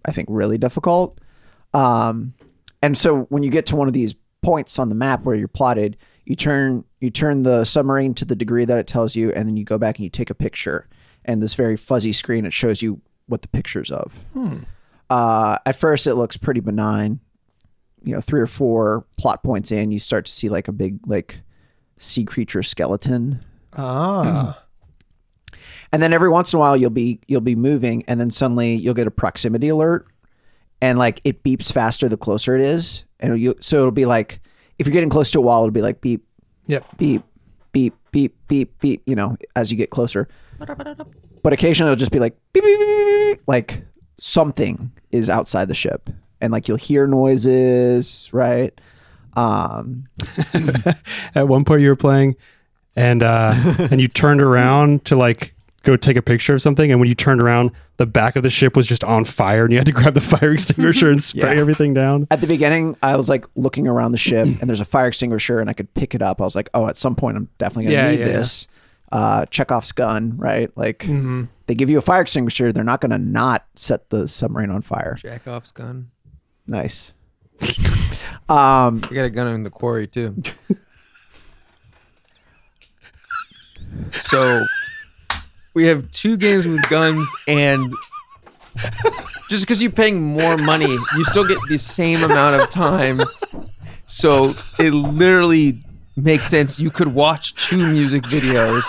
I think really difficult. Um, and so when you get to one of these points on the map where you're plotted, you turn you turn the submarine to the degree that it tells you, and then you go back and you take a picture. And this very fuzzy screen it shows you what the picture's of. Uh, at first, it looks pretty benign. You know, three or four plot points in, you start to see like a big like sea creature skeleton
Ah.
and then every once in a while you'll be you'll be moving and then suddenly you'll get a proximity alert and like it beeps faster the closer it is and you so it'll be like if you're getting close to a wall it'll be like beep
Yep.
beep beep beep beep beep you know as you get closer but occasionally it'll just be like beep, beep, beep, beep, beep, like something is outside the ship and like you'll hear noises right um
At one point, you were playing, and uh, and you turned around to like go take a picture of something, and when you turned around, the back of the ship was just on fire, and you had to grab the fire extinguisher and spray
Yeah.
everything down.
at the beginning, I was like looking around the ship, and there's a fire extinguisher, and I could pick it up. I was like, oh, at some point, I'm definitely gonna
Yeah,
need
yeah,
this. Uh, Chekhov's gun, right? Like
hmm
they give you a fire extinguisher, they're not gonna not set the submarine on fire.
Jackoff's gun.
Nice. um,
I got a gun in the quarry too. so we have two games with guns and just because you're paying more money, you still get the same amount of time. So it literally makes sense. You could watch two music videos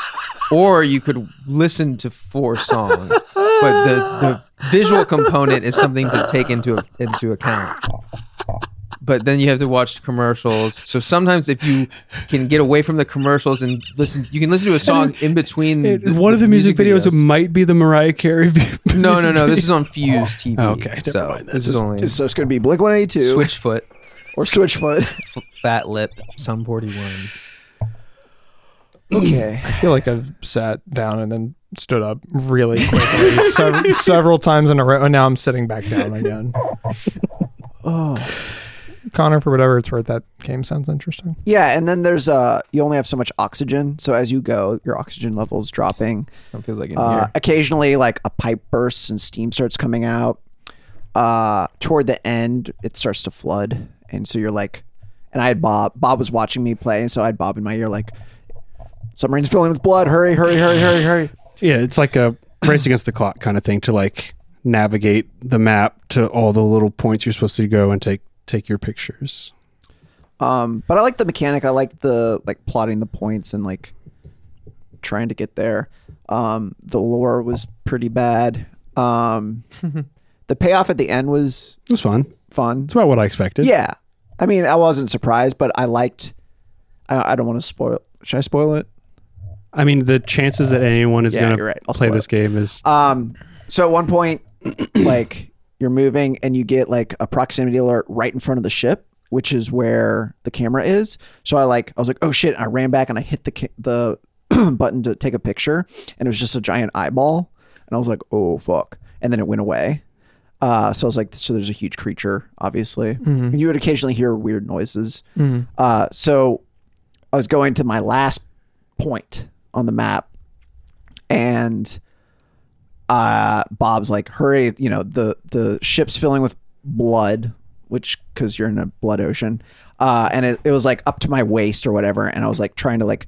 or you could listen to four songs. But the, the visual component is something to take into into account but then you have to watch commercials. So sometimes if you can get away from the commercials and listen, you can listen to a song in between.
one of the music, videos, might be the Mariah Carey.
No, no, no. This is on Fuse TV.
Oh, okay, never
so
mind.
this is only
so it's gonna be Blink 182
Switchfoot,
or Switchfoot.
F- Fat Lip, Sum 41.
okay.
I feel like I've sat down and then stood up really quickly sev- several times in a row, and now I'm sitting back down again.
Oh.
Connor, for whatever it's worth, that game sounds interesting.
Yeah, and then there's uh, you only have so much oxygen, so as you go, your oxygen level's dropping.
That feels like in
Uh,
here.
occasionally, like a pipe bursts and steam starts coming out. Uh, toward the end, it starts to flood, and so you're like, and I had Bob. Bob was watching me play, and so I had Bob in my ear, like, submarine's filling with blood. Hurry, hurry, hurry, hurry, hurry.
Yeah, it's like a race against the clock kind of thing to like navigate the map to all the little points you're supposed to go and take take your pictures.
Um, but I like the mechanic. I like the like plotting the points and like trying to get there. Um, the lore was pretty bad. Um, the payoff at the end was
It was fun.
fun.
It's about what I expected.
Yeah. I mean, I wasn't surprised, but I liked. I, I don't want to spoil. Should I spoil it?
I mean, the chances that anyone is
Yeah,
going
you're right.
to
I'll
play
spoil
this game is
Um. So at one point, like you're moving and you get like a proximity alert right in front of the ship, which is where the camera is. So I like I was like, oh shit! And I ran back and I hit the ca- the button to take a picture, and it was just a giant eyeball, and I was like, oh fuck! And then it went away. Uh, so I was like, so there's a huge creature, obviously. And you would occasionally hear weird noises. Uh, so I was going to my last point on the map, and uh, Bob's like, "Hurry! You know the the ship's filling with blood, which because you're in a blood ocean." Uh, and it, it was like up to my waist or whatever, and I was like trying to like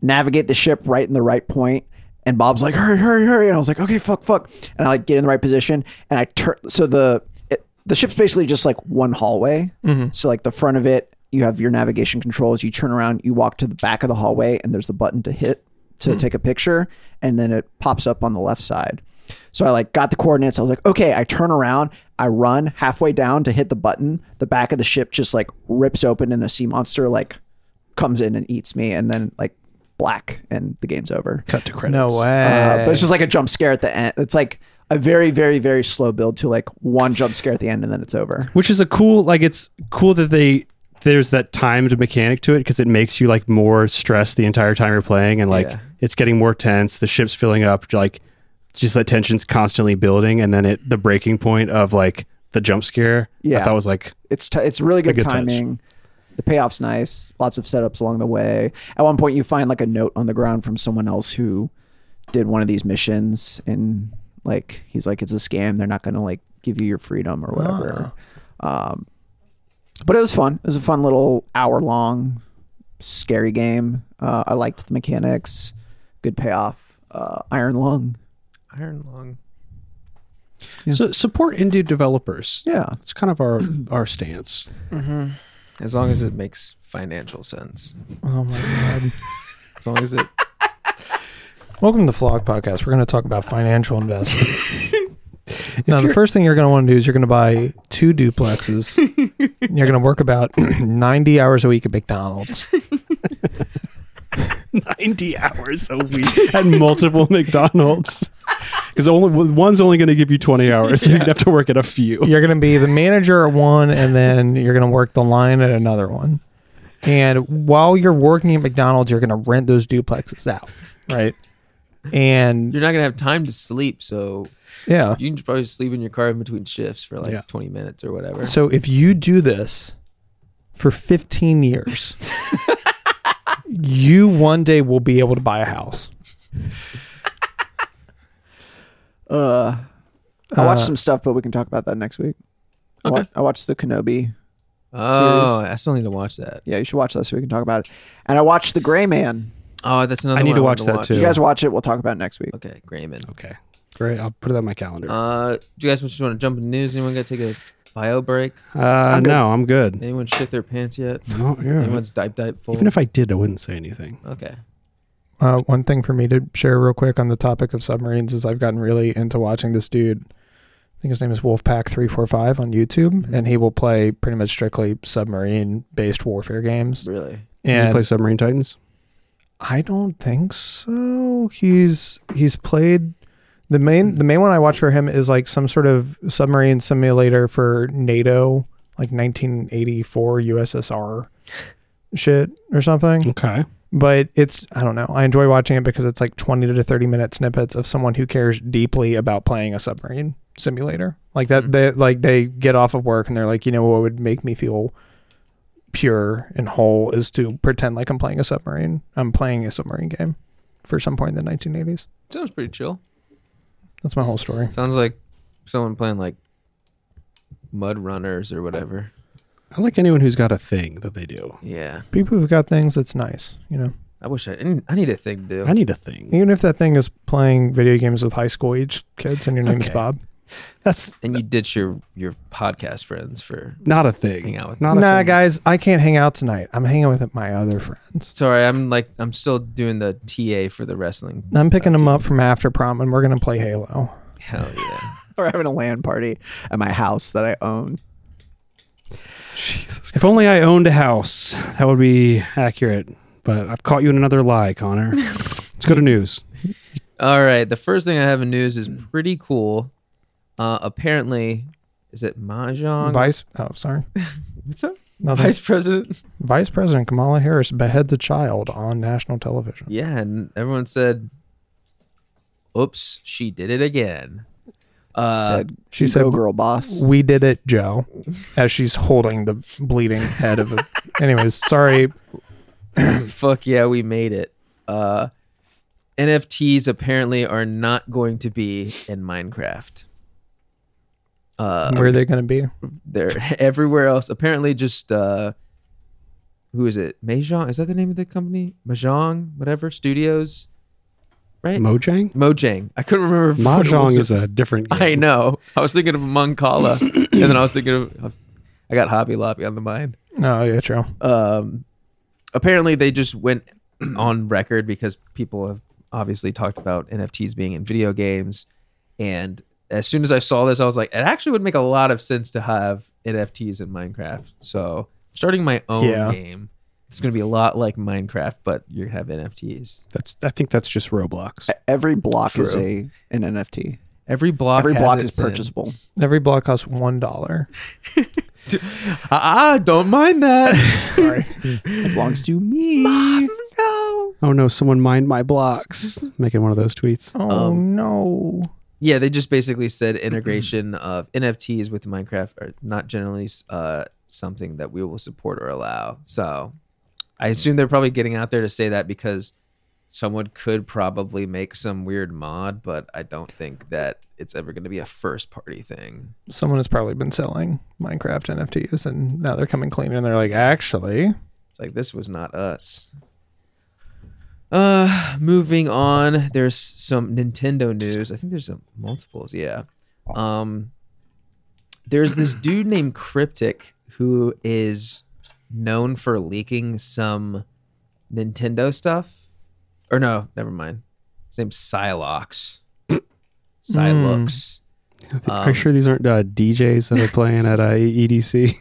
navigate the ship right in the right point. And Bob's like, "Hurry, hurry, hurry!" And I was like, "Okay, fuck, fuck!" And I like get in the right position, and I turn. So the it, the ship's basically just like one hallway. So like the front of it, you have your navigation controls. You turn around, you walk to the back of the hallway, and there's the button to hit to take a picture, and then it pops up on the left side. So I like got the coordinates. I was like, okay. I turn around, I run halfway down to hit the button. The back of the ship just like rips open, and a sea monster like comes in and eats me, and then like black, and the game's over.
cut to credits.
Uh, but it's just like a jump scare at the end. It's like a very, very, very slow build to like one jump scare at the end, and then it's over.
Which is a cool, like, it's cool that they there's that timed mechanic to it because it makes you like more stressed the entire time you're playing, and like
Yeah.
it's getting more tense. The ship's filling up, like just that tension's constantly building, and then it the breaking point of like the jump scare. I
Yeah.
thought was like
It's t- it's really good,
good touch.
timing. The payoff's nice. Lots of setups along the way. At one point, you find like a note on the ground from someone else who did one of these missions, and like he's like, "It's a scam. They're not going to like give you your freedom or whatever." Um, but it was fun. It was a fun little hour long scary game. Uh, I liked the mechanics. Good payoff. Uh, Iron Lung.
Iron Lung.
So support indie developers.
Yeah.
It's kind of our our stance.
As long as it makes financial sense.
Oh my god.
As long as it.
Welcome to Flog Podcast. We're going to talk about financial investments. now, the first thing you're going to want to do is you're going to buy two duplexes. and you're going to work about 90 hours a week at McDonald's.
90 hours a week at multiple McDonald's. Because only one's only going to give you 20 hours. So you'd have to work at a few.
You're going to be the manager at one, and then you're going to work the line at another one. And while you're working at McDonald's, you're going to rent those duplexes out, right? And
You're not gonna have time to sleep, so
yeah,
you can probably sleep in your car in between shifts for like
Yeah.
20 minutes or whatever.
So if you do this for 15 years, you one day will be able to buy a house.
Uh, I watched
Uh,
some stuff, but we can talk about that next week. I,
Okay.
wa- I watched the Kenobi.
oh, I still need to watch that.
Yeah, you should watch that so we can talk about it. And I watched The Gray Man.
Oh, that's another.
I need
one
to
want
watch that too.
You guys watch it. We'll talk about it next week.
Okay, Grayman.
Okay. Great. I'll put it on my calendar. Uh,
Uh, do you guys just want to jump in the news? Anyone got to take a bio break?
good.
Uh, no, I'm good.
Anyone shit their pants yet?
No, yeah.
Anyone's dipe dipe full?
Even if I did, I wouldn't say anything.
okay.
Uh, one thing for me to share real quick on the topic of submarines is I've gotten really into watching this dude. I think his name is Wolfpack345 on YouTube, and he will play pretty much strictly submarine based warfare games.
Really?
Does he
And
play Submarine Titans?
I don't think so. He's he's played the main the main one I watch for him is like some sort of submarine simulator for NATO, like 1984 USSR shit or something.
Okay.
But it's I don't know. I enjoy watching it because it's like 20 to 30 minute snippets of someone who cares deeply about playing a submarine simulator. Like that
Mhm.
they like they get off of work and they're like, "You know what would make me feel pure and whole is to pretend like I'm playing a submarine. I'm playing a submarine game." For some point in the 1980s.
Sounds pretty chill.
That's my whole story.
Sounds like someone playing like Mud Runners or whatever.
I like anyone who's got a thing that they do.
Yeah.
People who've got things that's nice, you know.
I wish I. I need- I need a thing to do.
I need a thing.
Even if that thing is playing video games with high school age kids and your name is
Okay.
Bob.
That's
and you ditch your your podcast friends for
not a
hanging
thing.
out with.
Not a
Nah,
thing.
guys, I can't hang out tonight. I'm hanging with my other friends.
Sorry, I'm like I'm still doing the TA for the wrestling.
I'm picking
uh,
them
team.
up from after prom, and we're gonna play Halo.
Hell yeah!
We're having a land party at my house that I own.
If only I owned a house, that would be accurate. But I've caught you in another lie, Connor. Let's go to news.
All right, the first thing I have in news is pretty cool. Uh, apparently, is it mahjong?
Vice, oh sorry,
What's up?
Nothing.
Vice
Vice
President.
President Kamala Harris beheads a child on national television.
Yeah, and everyone said, "Oops, she did it again." Uh,
Said
She
"Go
said,
girl boss.
"We did it, Joe," as she's holding the bleeding head of. A, anyways, sorry.
fuck yeah, we made it. Uh, NFTs apparently are not going to be in Minecraft. Uh,
Where are they gonna be?
they're everywhere else. Apparently, just uh, who is it? Mahjong is that the name of the company? Mahjong, whatever studios, right?
Mojang?
Mojang. I couldn't remember. what it
Mahjong
was.
is a different game.
I know. I was thinking of Moncala, and then I was thinking of. of- I got Hobby Lobby on the mind
Oh yeah, true.
um, apparently they just went on record because people have obviously talked about NFTs being in video games. And as soon as I saw this, I was like, it actually would make a lot of sense to have NFTs in Minecraft. So starting my own
Yeah.
game, it's going to be a lot like Minecraft, but you're going to have NFTs.
That's I think that's just Roblox.
Every block is
True.
a an NFT.
Every block,
Every
has
block
its
is
in.
purchasable.
Every block costs one dollar.
Ah, ah, don't mind that.
Sorry.
It belongs to me.
no.
Oh no, someone mined my blocks. Making one of those tweets.
oh no.
yeah they just basically said integration of nfts with minecraft are not generally uh, something that we will support or allow so i assume they're probably getting out there to say that because someone could probably make some weird mod but i don't think that it's ever going to be a first party thing
someone has probably been selling Minecraft NFTs and now they're coming clean and they're like, actually,
it's like this was not us uh moving on there's some nintendo news i think there's some multiples yeah Um, there's this dude named Cryptic who is known for leaking some Nintendo stuff. Or no, never mind. His name's Silox. Silux.
Are
Um,
you sure these aren't uh, DJs that are playing at uh, EDC?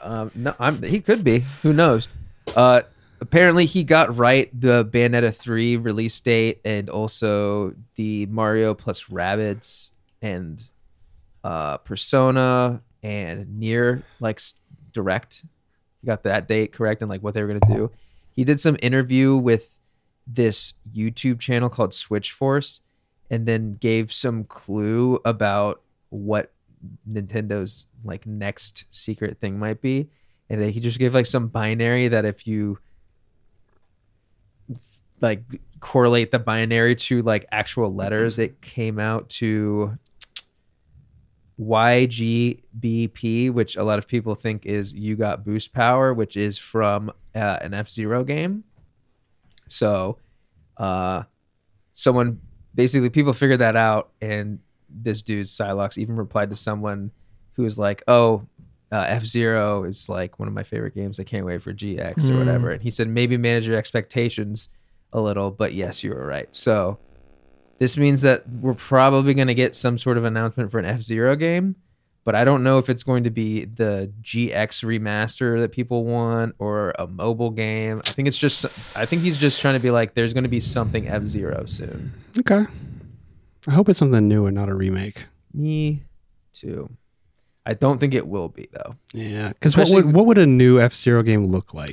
Um, no, I'm, he could be. Who knows? Uh, apparently, he got right the Bayonetta 3 release date and also the Mario plus Rabbids and uh, Persona and Near like s- direct. He got that date correct and like what they were going to do. He did some interview with this YouTube channel called Switch Force and then gave some clue about what Nintendo's like next secret thing might be. And he just gave like some binary that if you like correlate the binary to like actual letters, it came out to YGBP, which a lot of people think is you got boost power, which is from uh, an F Zero game. So, uh, someone basically people figured that out, and this dude Silox even replied to someone who was like, "Oh, uh, F Zero is like one of my favorite games. I can't wait for GX or whatever." And he said, "Maybe manage your expectations a little, but yes, you were right." So. This means that we're probably going to get some sort of announcement for an F Zero game, but I don't know if it's going to be the GX remaster that people want or a mobile game. I think it's just, I think he's just trying to be like, there's going to be something F Zero soon.
Okay. I hope it's something new and not a remake.
Me too. I don't think it will be though.
Yeah, because what
Especially-
would, what would a new F Zero game look like?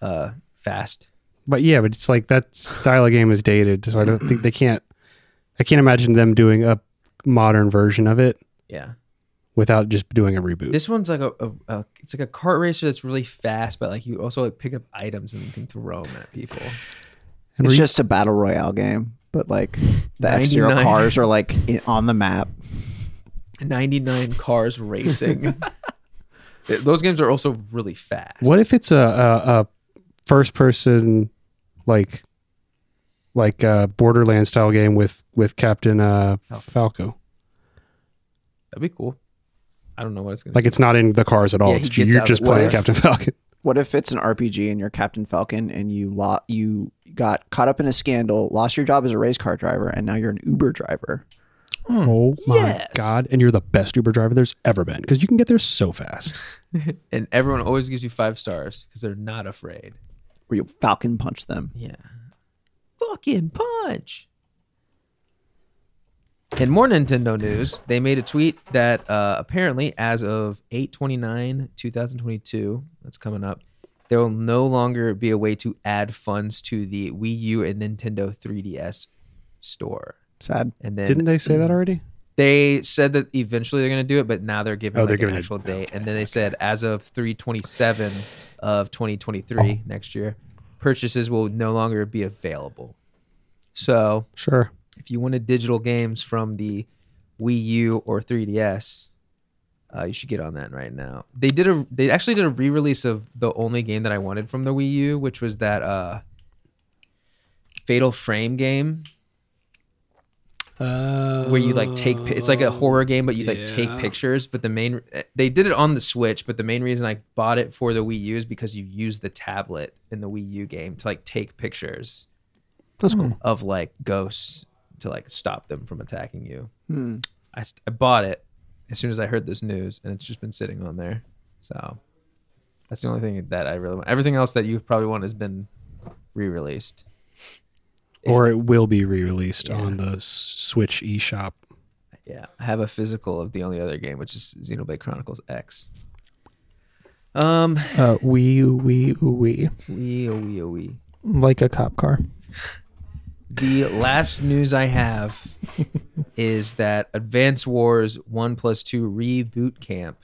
Uh, fast.
But yeah, but it's like that style of game is dated, so I don't think they can't. I can't imagine them doing a modern version of it
Yeah.
without just doing a reboot.
This one's like a, a, a it's like a cart racer that's really fast, but like you also like pick up items and you can throw them at people.
And
It's
were you-
just a battle royale game, but like the F Zero
99.
cars are like i on the map.
99 cars racing. Th- Those games are also really fast.
what if it's a, a, a first person like like uh Borderlands style game with with Captain uh, Falco?
That'd be cool. I don't know what it's gonna
Like it's not in the cars at all.
Yeah, he
it's,
gets
you're
out-
just
what
playing
if-
Captain Falcon.
What if it's an RPG and you're Captain Falcon and you lo- you got caught up in a scandal, lost your job as a race car driver, and now you're an Uber driver?
Oh my
Yes.
god! And you're the best Uber driver there's ever been because you can get there so fast.
be. And everyone always gives you five stars because they're not afraid.
Where you Falcon punch them?
Yeah. Fucking punch. In more Nintendo news, they made a tweet that uh, apparently, as of 829, 2022, that's coming up, there will no longer be a way to add funds to the Wii U and Nintendo 3DS store.
Sad.
And then
Didn't they say that already?
they said that eventually they're going to do it, but now they're giving
Oh,
like
they're
an
giving it-
actual date. And then they said as of 327 of 2023 next year, purchases will no longer be available. So
Sure.
if you wanted digital games from the Wii U or 3DS, uh, you should get on that right now. They did a they actually did a re-release of the only game that I wanted from the Wii U, which was that uh, Fatal Frame game
Uh,
where you like take pi- it's like a horror game but you like take
yeah.
pictures but the main eh, they did it on the switch but the main reason i bought it for the wii u is because you use the tablet in the wii u game to like take pictures
That's cool.
of like ghosts to like stop them from attacking you I, st- I bought it as soon as i heard this news and it's just been sitting on there so that's the only thing that i really want everything else that you probably want has been re-released If-
Or it will be re-released on the S- Switch eShop.
Yeah, I have a physical of the only other game, which is Xenoblade Chronicles X. Um,
Uh, wee wee wee,
wee oh wee oh wee.
like a cop car.
The last news I have is that Advance Wars One Plus Two Reboot Camp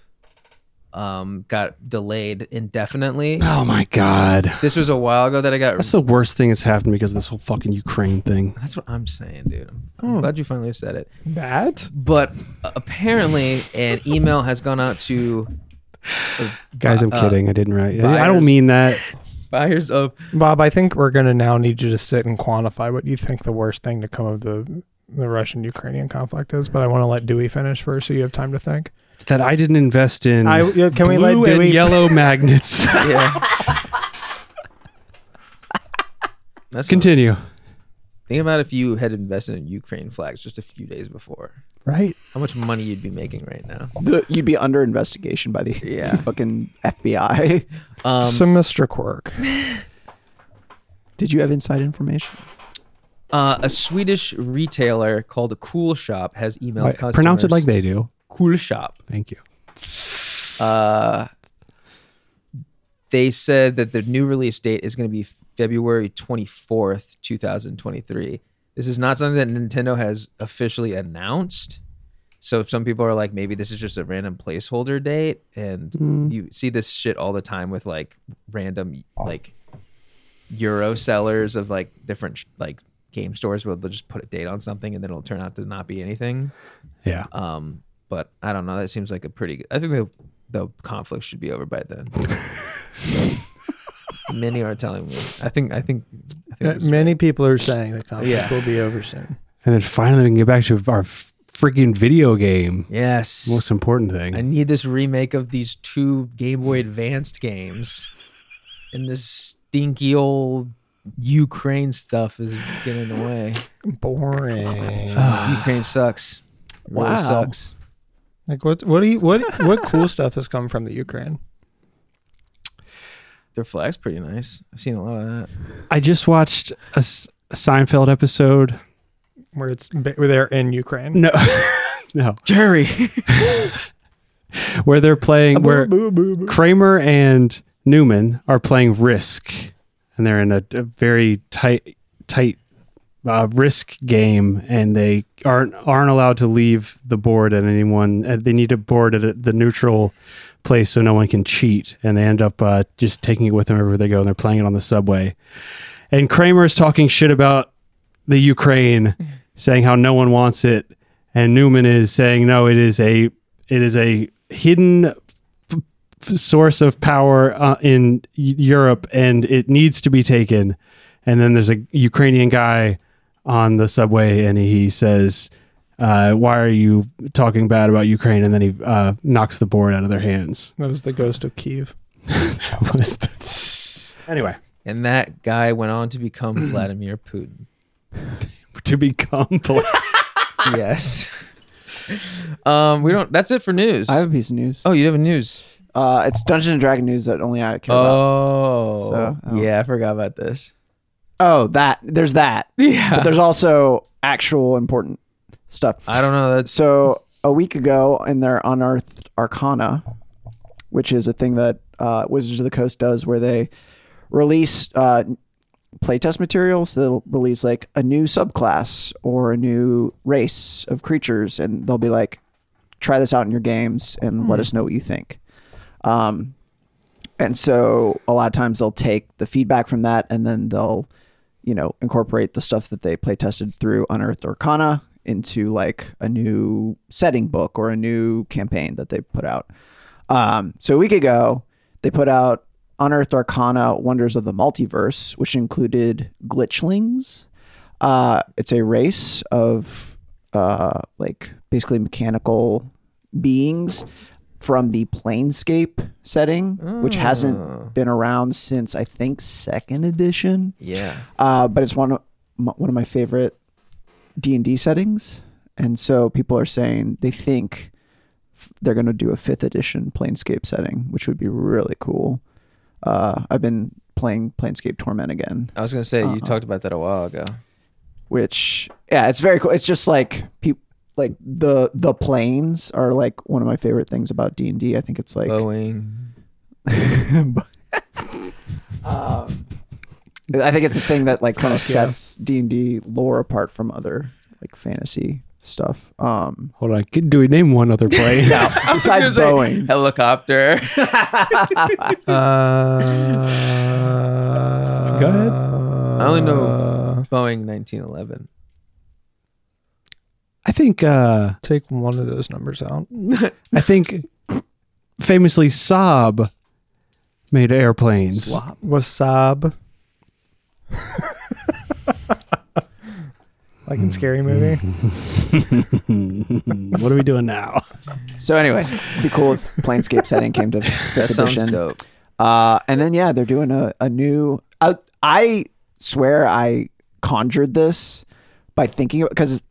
um got delayed indefinitely.
Oh my god!
This was a while ago that I got.
That's the worst thing that's happened because of this whole fucking Ukraine thing.
That's what I'm saying, dude. I'm, I'm glad you finally said it.
That?
But uh, apparently, an email has gone out to
Guys, I'm
Uh,
kidding. I didn't write. I
buyers.
don't mean that.
buyers of
Bob, I think we're gonna now need you to sit and quantify what you think the worst thing to come of the the Russian Ukrainian conflict is, but I want to let Dewey finish first so you have time to think.
It's that I didn't invest
Mm.
in
I yeah, can we let
blue and
Dewey
yellow magnets.
Yeah. That's Continue.
Continue.
Think about if you had invested in Ukraine flags just a few days before.
Right.
How much money you'd be making right now?
The- you'd be under investigation by the
Yeah.
fucking FBI.
Um,
so Mr. Quirk.
Did you have inside information?
uh, a Swedish retailer called a Cool Shop has emailed
Right.
customers.
Pronounce it like they do.
Cool Shop.
Thank you.
Uh, they said that the new release date is going to be February 24th, 2023. This is not something that Nintendo has officially announced. So some people are like, maybe this is just a random placeholder date. And
Hmm.
you see this shit all the time with like random, like Euro sellers of like different, sh- like, game stores where they'll just put a date on something and then it'll turn out to not be anything.
Yeah.
Um, but I don't know. That seems like a pretty. Good, I think the the conflict should be over by then. Many are telling me. I think. I think. I think. this-
Uh, Many people are saying the conflict
Yeah.
will be over soon.
And then finally we can get back to our f- freaking video game.
yes.
Most important thing.
I need this remake of these two Game Boy Advanced games, and this stinky old Ukraine stuff is getting in the way.
Boring.
Ukraine sucks. It really
Wow.
sucks.
like what what do you what what cool stuff has come from the Ukraine?
Their flag's pretty nice. I've seen a lot of that.
I just watched a, S- a Seinfeld episode.
Where it's where they're in Ukraine.
Mm.
No, no,
Jerry.
where they're
Uh,
playing, where Kramer and Newman are playing Risk, and they're in a, a very tight, tight uh, Risk game, and they aren't aren't allowed to leave the board at anyone. uh, They need to board at a, the neutral place so no one can cheat, and they end up uh, just taking it with them everywhere they go, and they're playing it on the subway. And Kramer is talking shit about the Ukraine, saying how no one wants it, and Newman is saying no, it is a it is a hidden f- f- source of power uh, in Eu- Europe, and it needs to be taken. And then there's a Ukrainian guy on the subway, and he says. Uh, why are you talking bad about Ukraine? And then he uh, knocks the board out of their hands.
That was the ghost of Kiev.
What is that? Anyway,
and that guy went on to become Vladimir Putin.
to become
yes. Um, we don't. That's it for news.
I have a piece of news.
oh, you have a news.
Uh, it's Dungeons and Dragon news that only I care about.
Oh,
So, oh.
yeah, I forgot about this.
Oh, that there's that,
Yeah,
but there's also actual important stuff.
I don't know. That's
So a week ago, in their unearthed arcana, which is a thing that uh, Wizards of the Coast does, where they release uh, playtest material. So they'll release like a new subclass or a new race of creatures, and they'll be like, "Try this out in your games and let us know what you think." Um, and so a lot of times they'll take the feedback from that, and then they'll you know, incorporate the stuff that they play tested through Unearthed Arcana into like a new setting book or a new campaign that they put out. Um, so a week ago, they put out Unearthed Arcana Wonders of the Multiverse, which included glitchlings. Uh, it's a race of uh, like basically mechanical beings from the planescape setting, which
Mm. oh.
hasn't been around since I think second edition
yeah.
uh, but it's one of my, one of my favorite D and D settings. And so people are saying they think f- they're going to do a fifth edition Planescape setting, which would be really cool. Uh, I've been playing Planescape Torment again,
I was gonna say
Uh-uh.
you talked about that a while ago.
which yeah, it's very cool. It's just like people like the the planes are like one of my favorite things about D and D. I think it's like
Oh, Boeing.
um, I think it's the thing that like kind of sets D and D lore apart from other like fantasy stuff. Um,
Hold on, can- do we name one other plane?
besides Boeing,
helicopter.
Uh,
Go ahead.
I only know
uh,
Boeing 1911.
I think uh,
Take one of those numbers out.
I think famously Saab made airplanes.
Wasab. like in Scary Movie.
what are we doing now?
So anyway, it'd be cool if Planescape setting came to fifth
That sounds
edition.
dope.
Uh, and then yeah, they're doing a, a new. I, I swear I conjured this by thinking because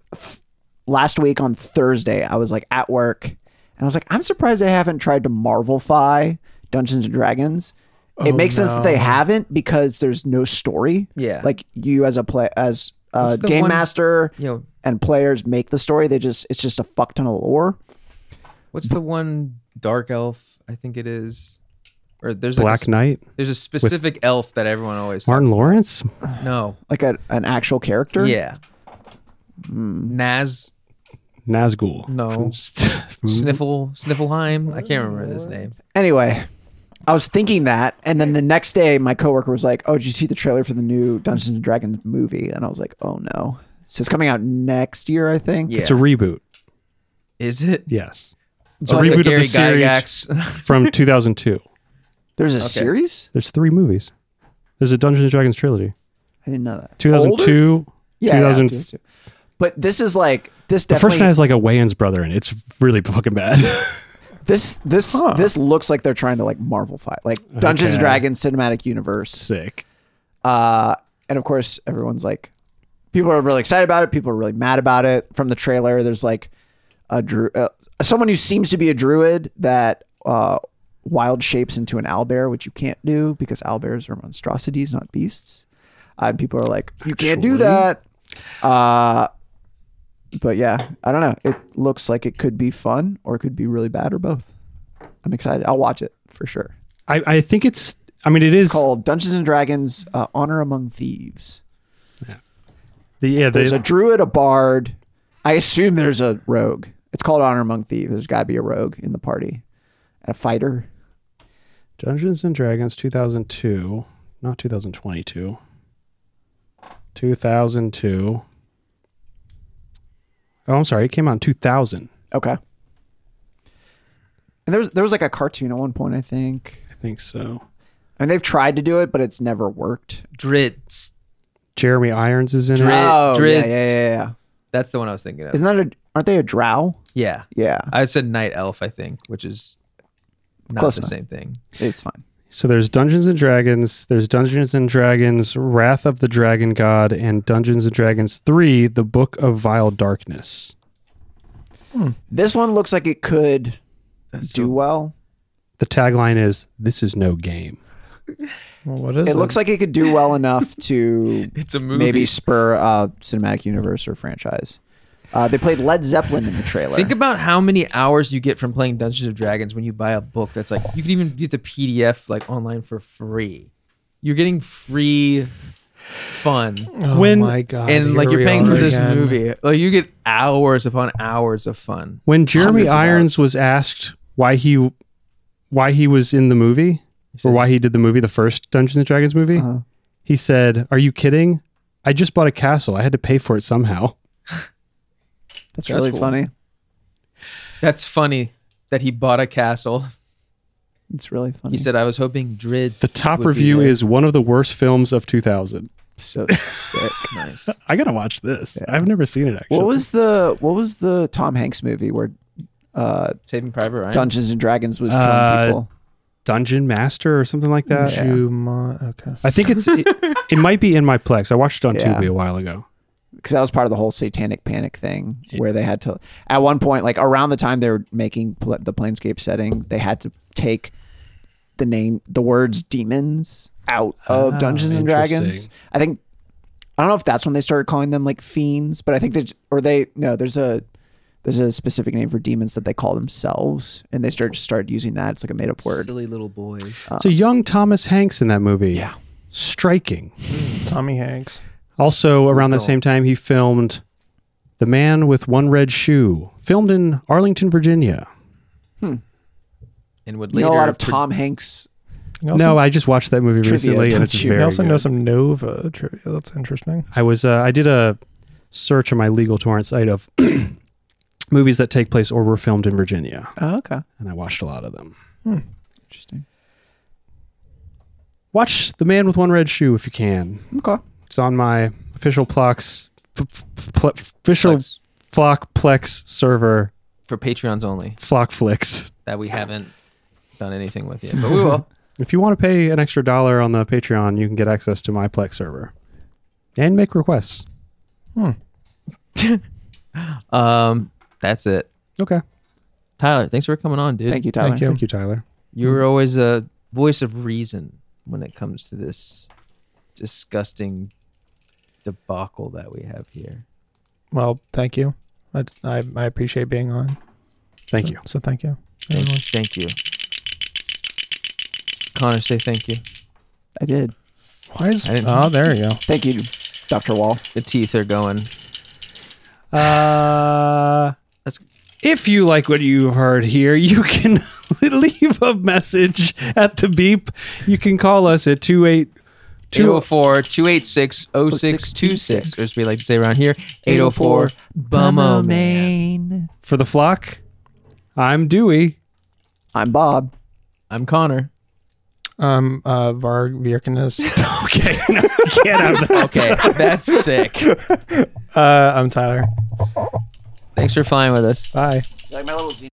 last week on Thursday I was like at work and I was like I'm surprised they haven't tried to Marvelfy Dungeons and Dragons.
Oh,
it makes sense that they haven't because there's no story.
Yeah.
like you as a play as uh,
What's the
game
one-
master
Yo,
and players make the story. They just it's just a fuck ton of lore.
what's the one dark elf? I think it is. Or there's like a
Black
sp-
Knight,
There's a specific elf that everyone always
Martin
talks.
Lawrence.
No,
Like a, an actual character.
yeah,
Hmm.
Naz,
Nazgul.
No. Sniffle, Sniffleheim. I can't remember his name.
Anyway, I was thinking that, and then the next day, my coworker was like, "Oh, did you see the trailer for the new Dungeons and Dragons movie?" And I was like, "Oh no!" So it's coming out next year, I think.
Yeah,
It's a reboot.
is it?
Yes. It's
Oh,
a
the
reboot of
Gary
the series
Gygax.
from 2002.
There's a series.
There's three movies. There's a Dungeons and Dragons trilogy.
I didn't know that.
2002.
Yeah,
2000
yeah, 2002. But this is like this.
The first
Definitely,
one has like a Wayans brother in it. It's really fucking bad.
this this this looks like they're trying to like Marvel fight, like Dungeons and
Okay.
Dragons cinematic universe.
Sick.
Uh, and of course, everyone's like, people are really excited about it. People are really mad about it. From the trailer, there's like a dru- uh, someone who seems to be a druid that uh, wild shapes into an owlbear, which you can't do because owlbears are monstrosities, not beasts. Uh, and people are like, you can't do that. Uh, but yeah, I don't know. It looks like it could be fun or it could be really bad or both. I'm excited. I'll watch it for sure.
I, I think it's. I mean, it is.
Called Dungeons and Dragons uh, Honor Among Thieves.
the, yeah,
There's
the,
a druid, a bard. I assume there's a rogue. It's called Honor Among Thieves. There's got to be a rogue in the party and a fighter.
Dungeons and Dragons 2002, not 2022. 2002. Oh, I'm sorry. It came out in 2000.
Okay. And there was there was like a cartoon at one point, I think.
I think so.
I mean, they've tried to do it, but it's never worked.
Dritz.
Jeremy Irons is in
Dri-
it.
oh, yeah,
Drizzt.
yeah, yeah, yeah.
That's the one I was thinking of.
Isn't that a? Aren't they a drow?
yeah,
Yeah,
I said night elf. I think, which is not
Close
the
enough.
same thing.
it's fine.
So there's Dungeons and Dragons, there's Dungeons and Dragons Wrath of the Dragon God and Dungeons and Dragons 3: The Book of Vile Darkness.
This one looks like it could do well.
The tagline is this is no game.
Well, what is
It looks like it could do well enough to
It's a movie.
maybe spur a cinematic universe or franchise. Uh, they played Led Zeppelin in the trailer.
Think about how many hours you get from playing Dungeons and Dragons when you buy a book that's like you can even get the PDF like online for free. You're getting free fun.
Oh
When-
my god!
and like
here
you're
we
paying
are
for this
again.
movie. Like you get hours upon hours of fun.
When Jeremy
Hundreds of
Irons was asked why he why he was in the movie or why he did the movie the first Dungeons and Dragons movie,
Uh-huh.
he said, "Are you kidding? I just bought a castle. I had to pay for it somehow."
That's,
That's
really
cool.
funny.
That's funny that he bought a castle.
It's really funny.
He said I was hoping Drids.
The top
would be
review
there."
is one of the worst films of 2000.
so sick.
nice.
I got to watch this. I've never seen it actually.
What was the what was the Tom Hanks movie where uh,
Saving Private Ryan.
Dungeons and Dragons was killing
Uh,
people?
Dungeon Master or something like that?
Yeah.
Juma- okay.
I think it's it, it might be in my Plex. I watched it on
Yeah.
Tubi a while ago.
Because that was part of the whole Satanic Panic thing, where they had to at one point, like around the time they were making pl- the Planescape setting, they had to take the name, the words demons out of
Ah,
Dungeons and Dragons.
interesting.
I think I don't know if that's when they started calling them like fiends, but I think they or they no, there's a there's a specific name for demons that they call themselves, and they start just started using that. It's like a made up word.
Silly little boys.
It's a young Thomas Hanks in that movie.
Uh. Yeah.
Striking.
Tommy Hanks.
Also, around that
No.
same time, he filmed The Man with One Red Shoe, filmed in Arlington, Virginia.
And would
You
later
know a lot of
pro-
Tom Hanks.
You also,
no, I just watched that movie
Trivia,
recently, and
don't
it's
you?
very
you also know
good.
some Nova trivia. That's interesting.
I was uh, I did a search on my legal torrent site of movies that take place or were filmed in Virginia,
Oh, okay,
and I watched a lot of them.
interesting.
Watch The Man with One Red Shoe if you can.
Okay,
It's on my official Plex f- f- pl- official
Flex.
Flockplex server
for Patreons only
Flockflix.
that we haven't done anything with yet, but we will.
If you want to pay an extra dollar on the Patreon, you can get access to my Plex server and make requests.
Um, that's it.
Okay,
Tyler, thanks for coming on, dude.
Thank you, Tyler.
Thank you.
thank you, Tyler.
You were always a voice of reason when it comes to this disgusting debacle that we have here.
Well, thank you. I, I, I appreciate being on.
Thank
So-
you.
So thank you.
Thank, thank you. Connor, say thank you.
I did.
Why is
I didn't-
oh there you go.
Thank you, Dr. Wall.
The teeth are going.
Uh, if you like what you heard here, you can leave a message at the beep. You can call us at 28.
204 286 0626, or as we like to say around here, 804 Bummo Man.
for the flock. I'm Dewey.
I'm Bob.
I'm Connor.
Um uh Varg Vierkenes.
Okay, no, get out of that.
Okay, that's sick.
uh I'm Tyler.
Thanks for flying with us.
Bye.
Like my little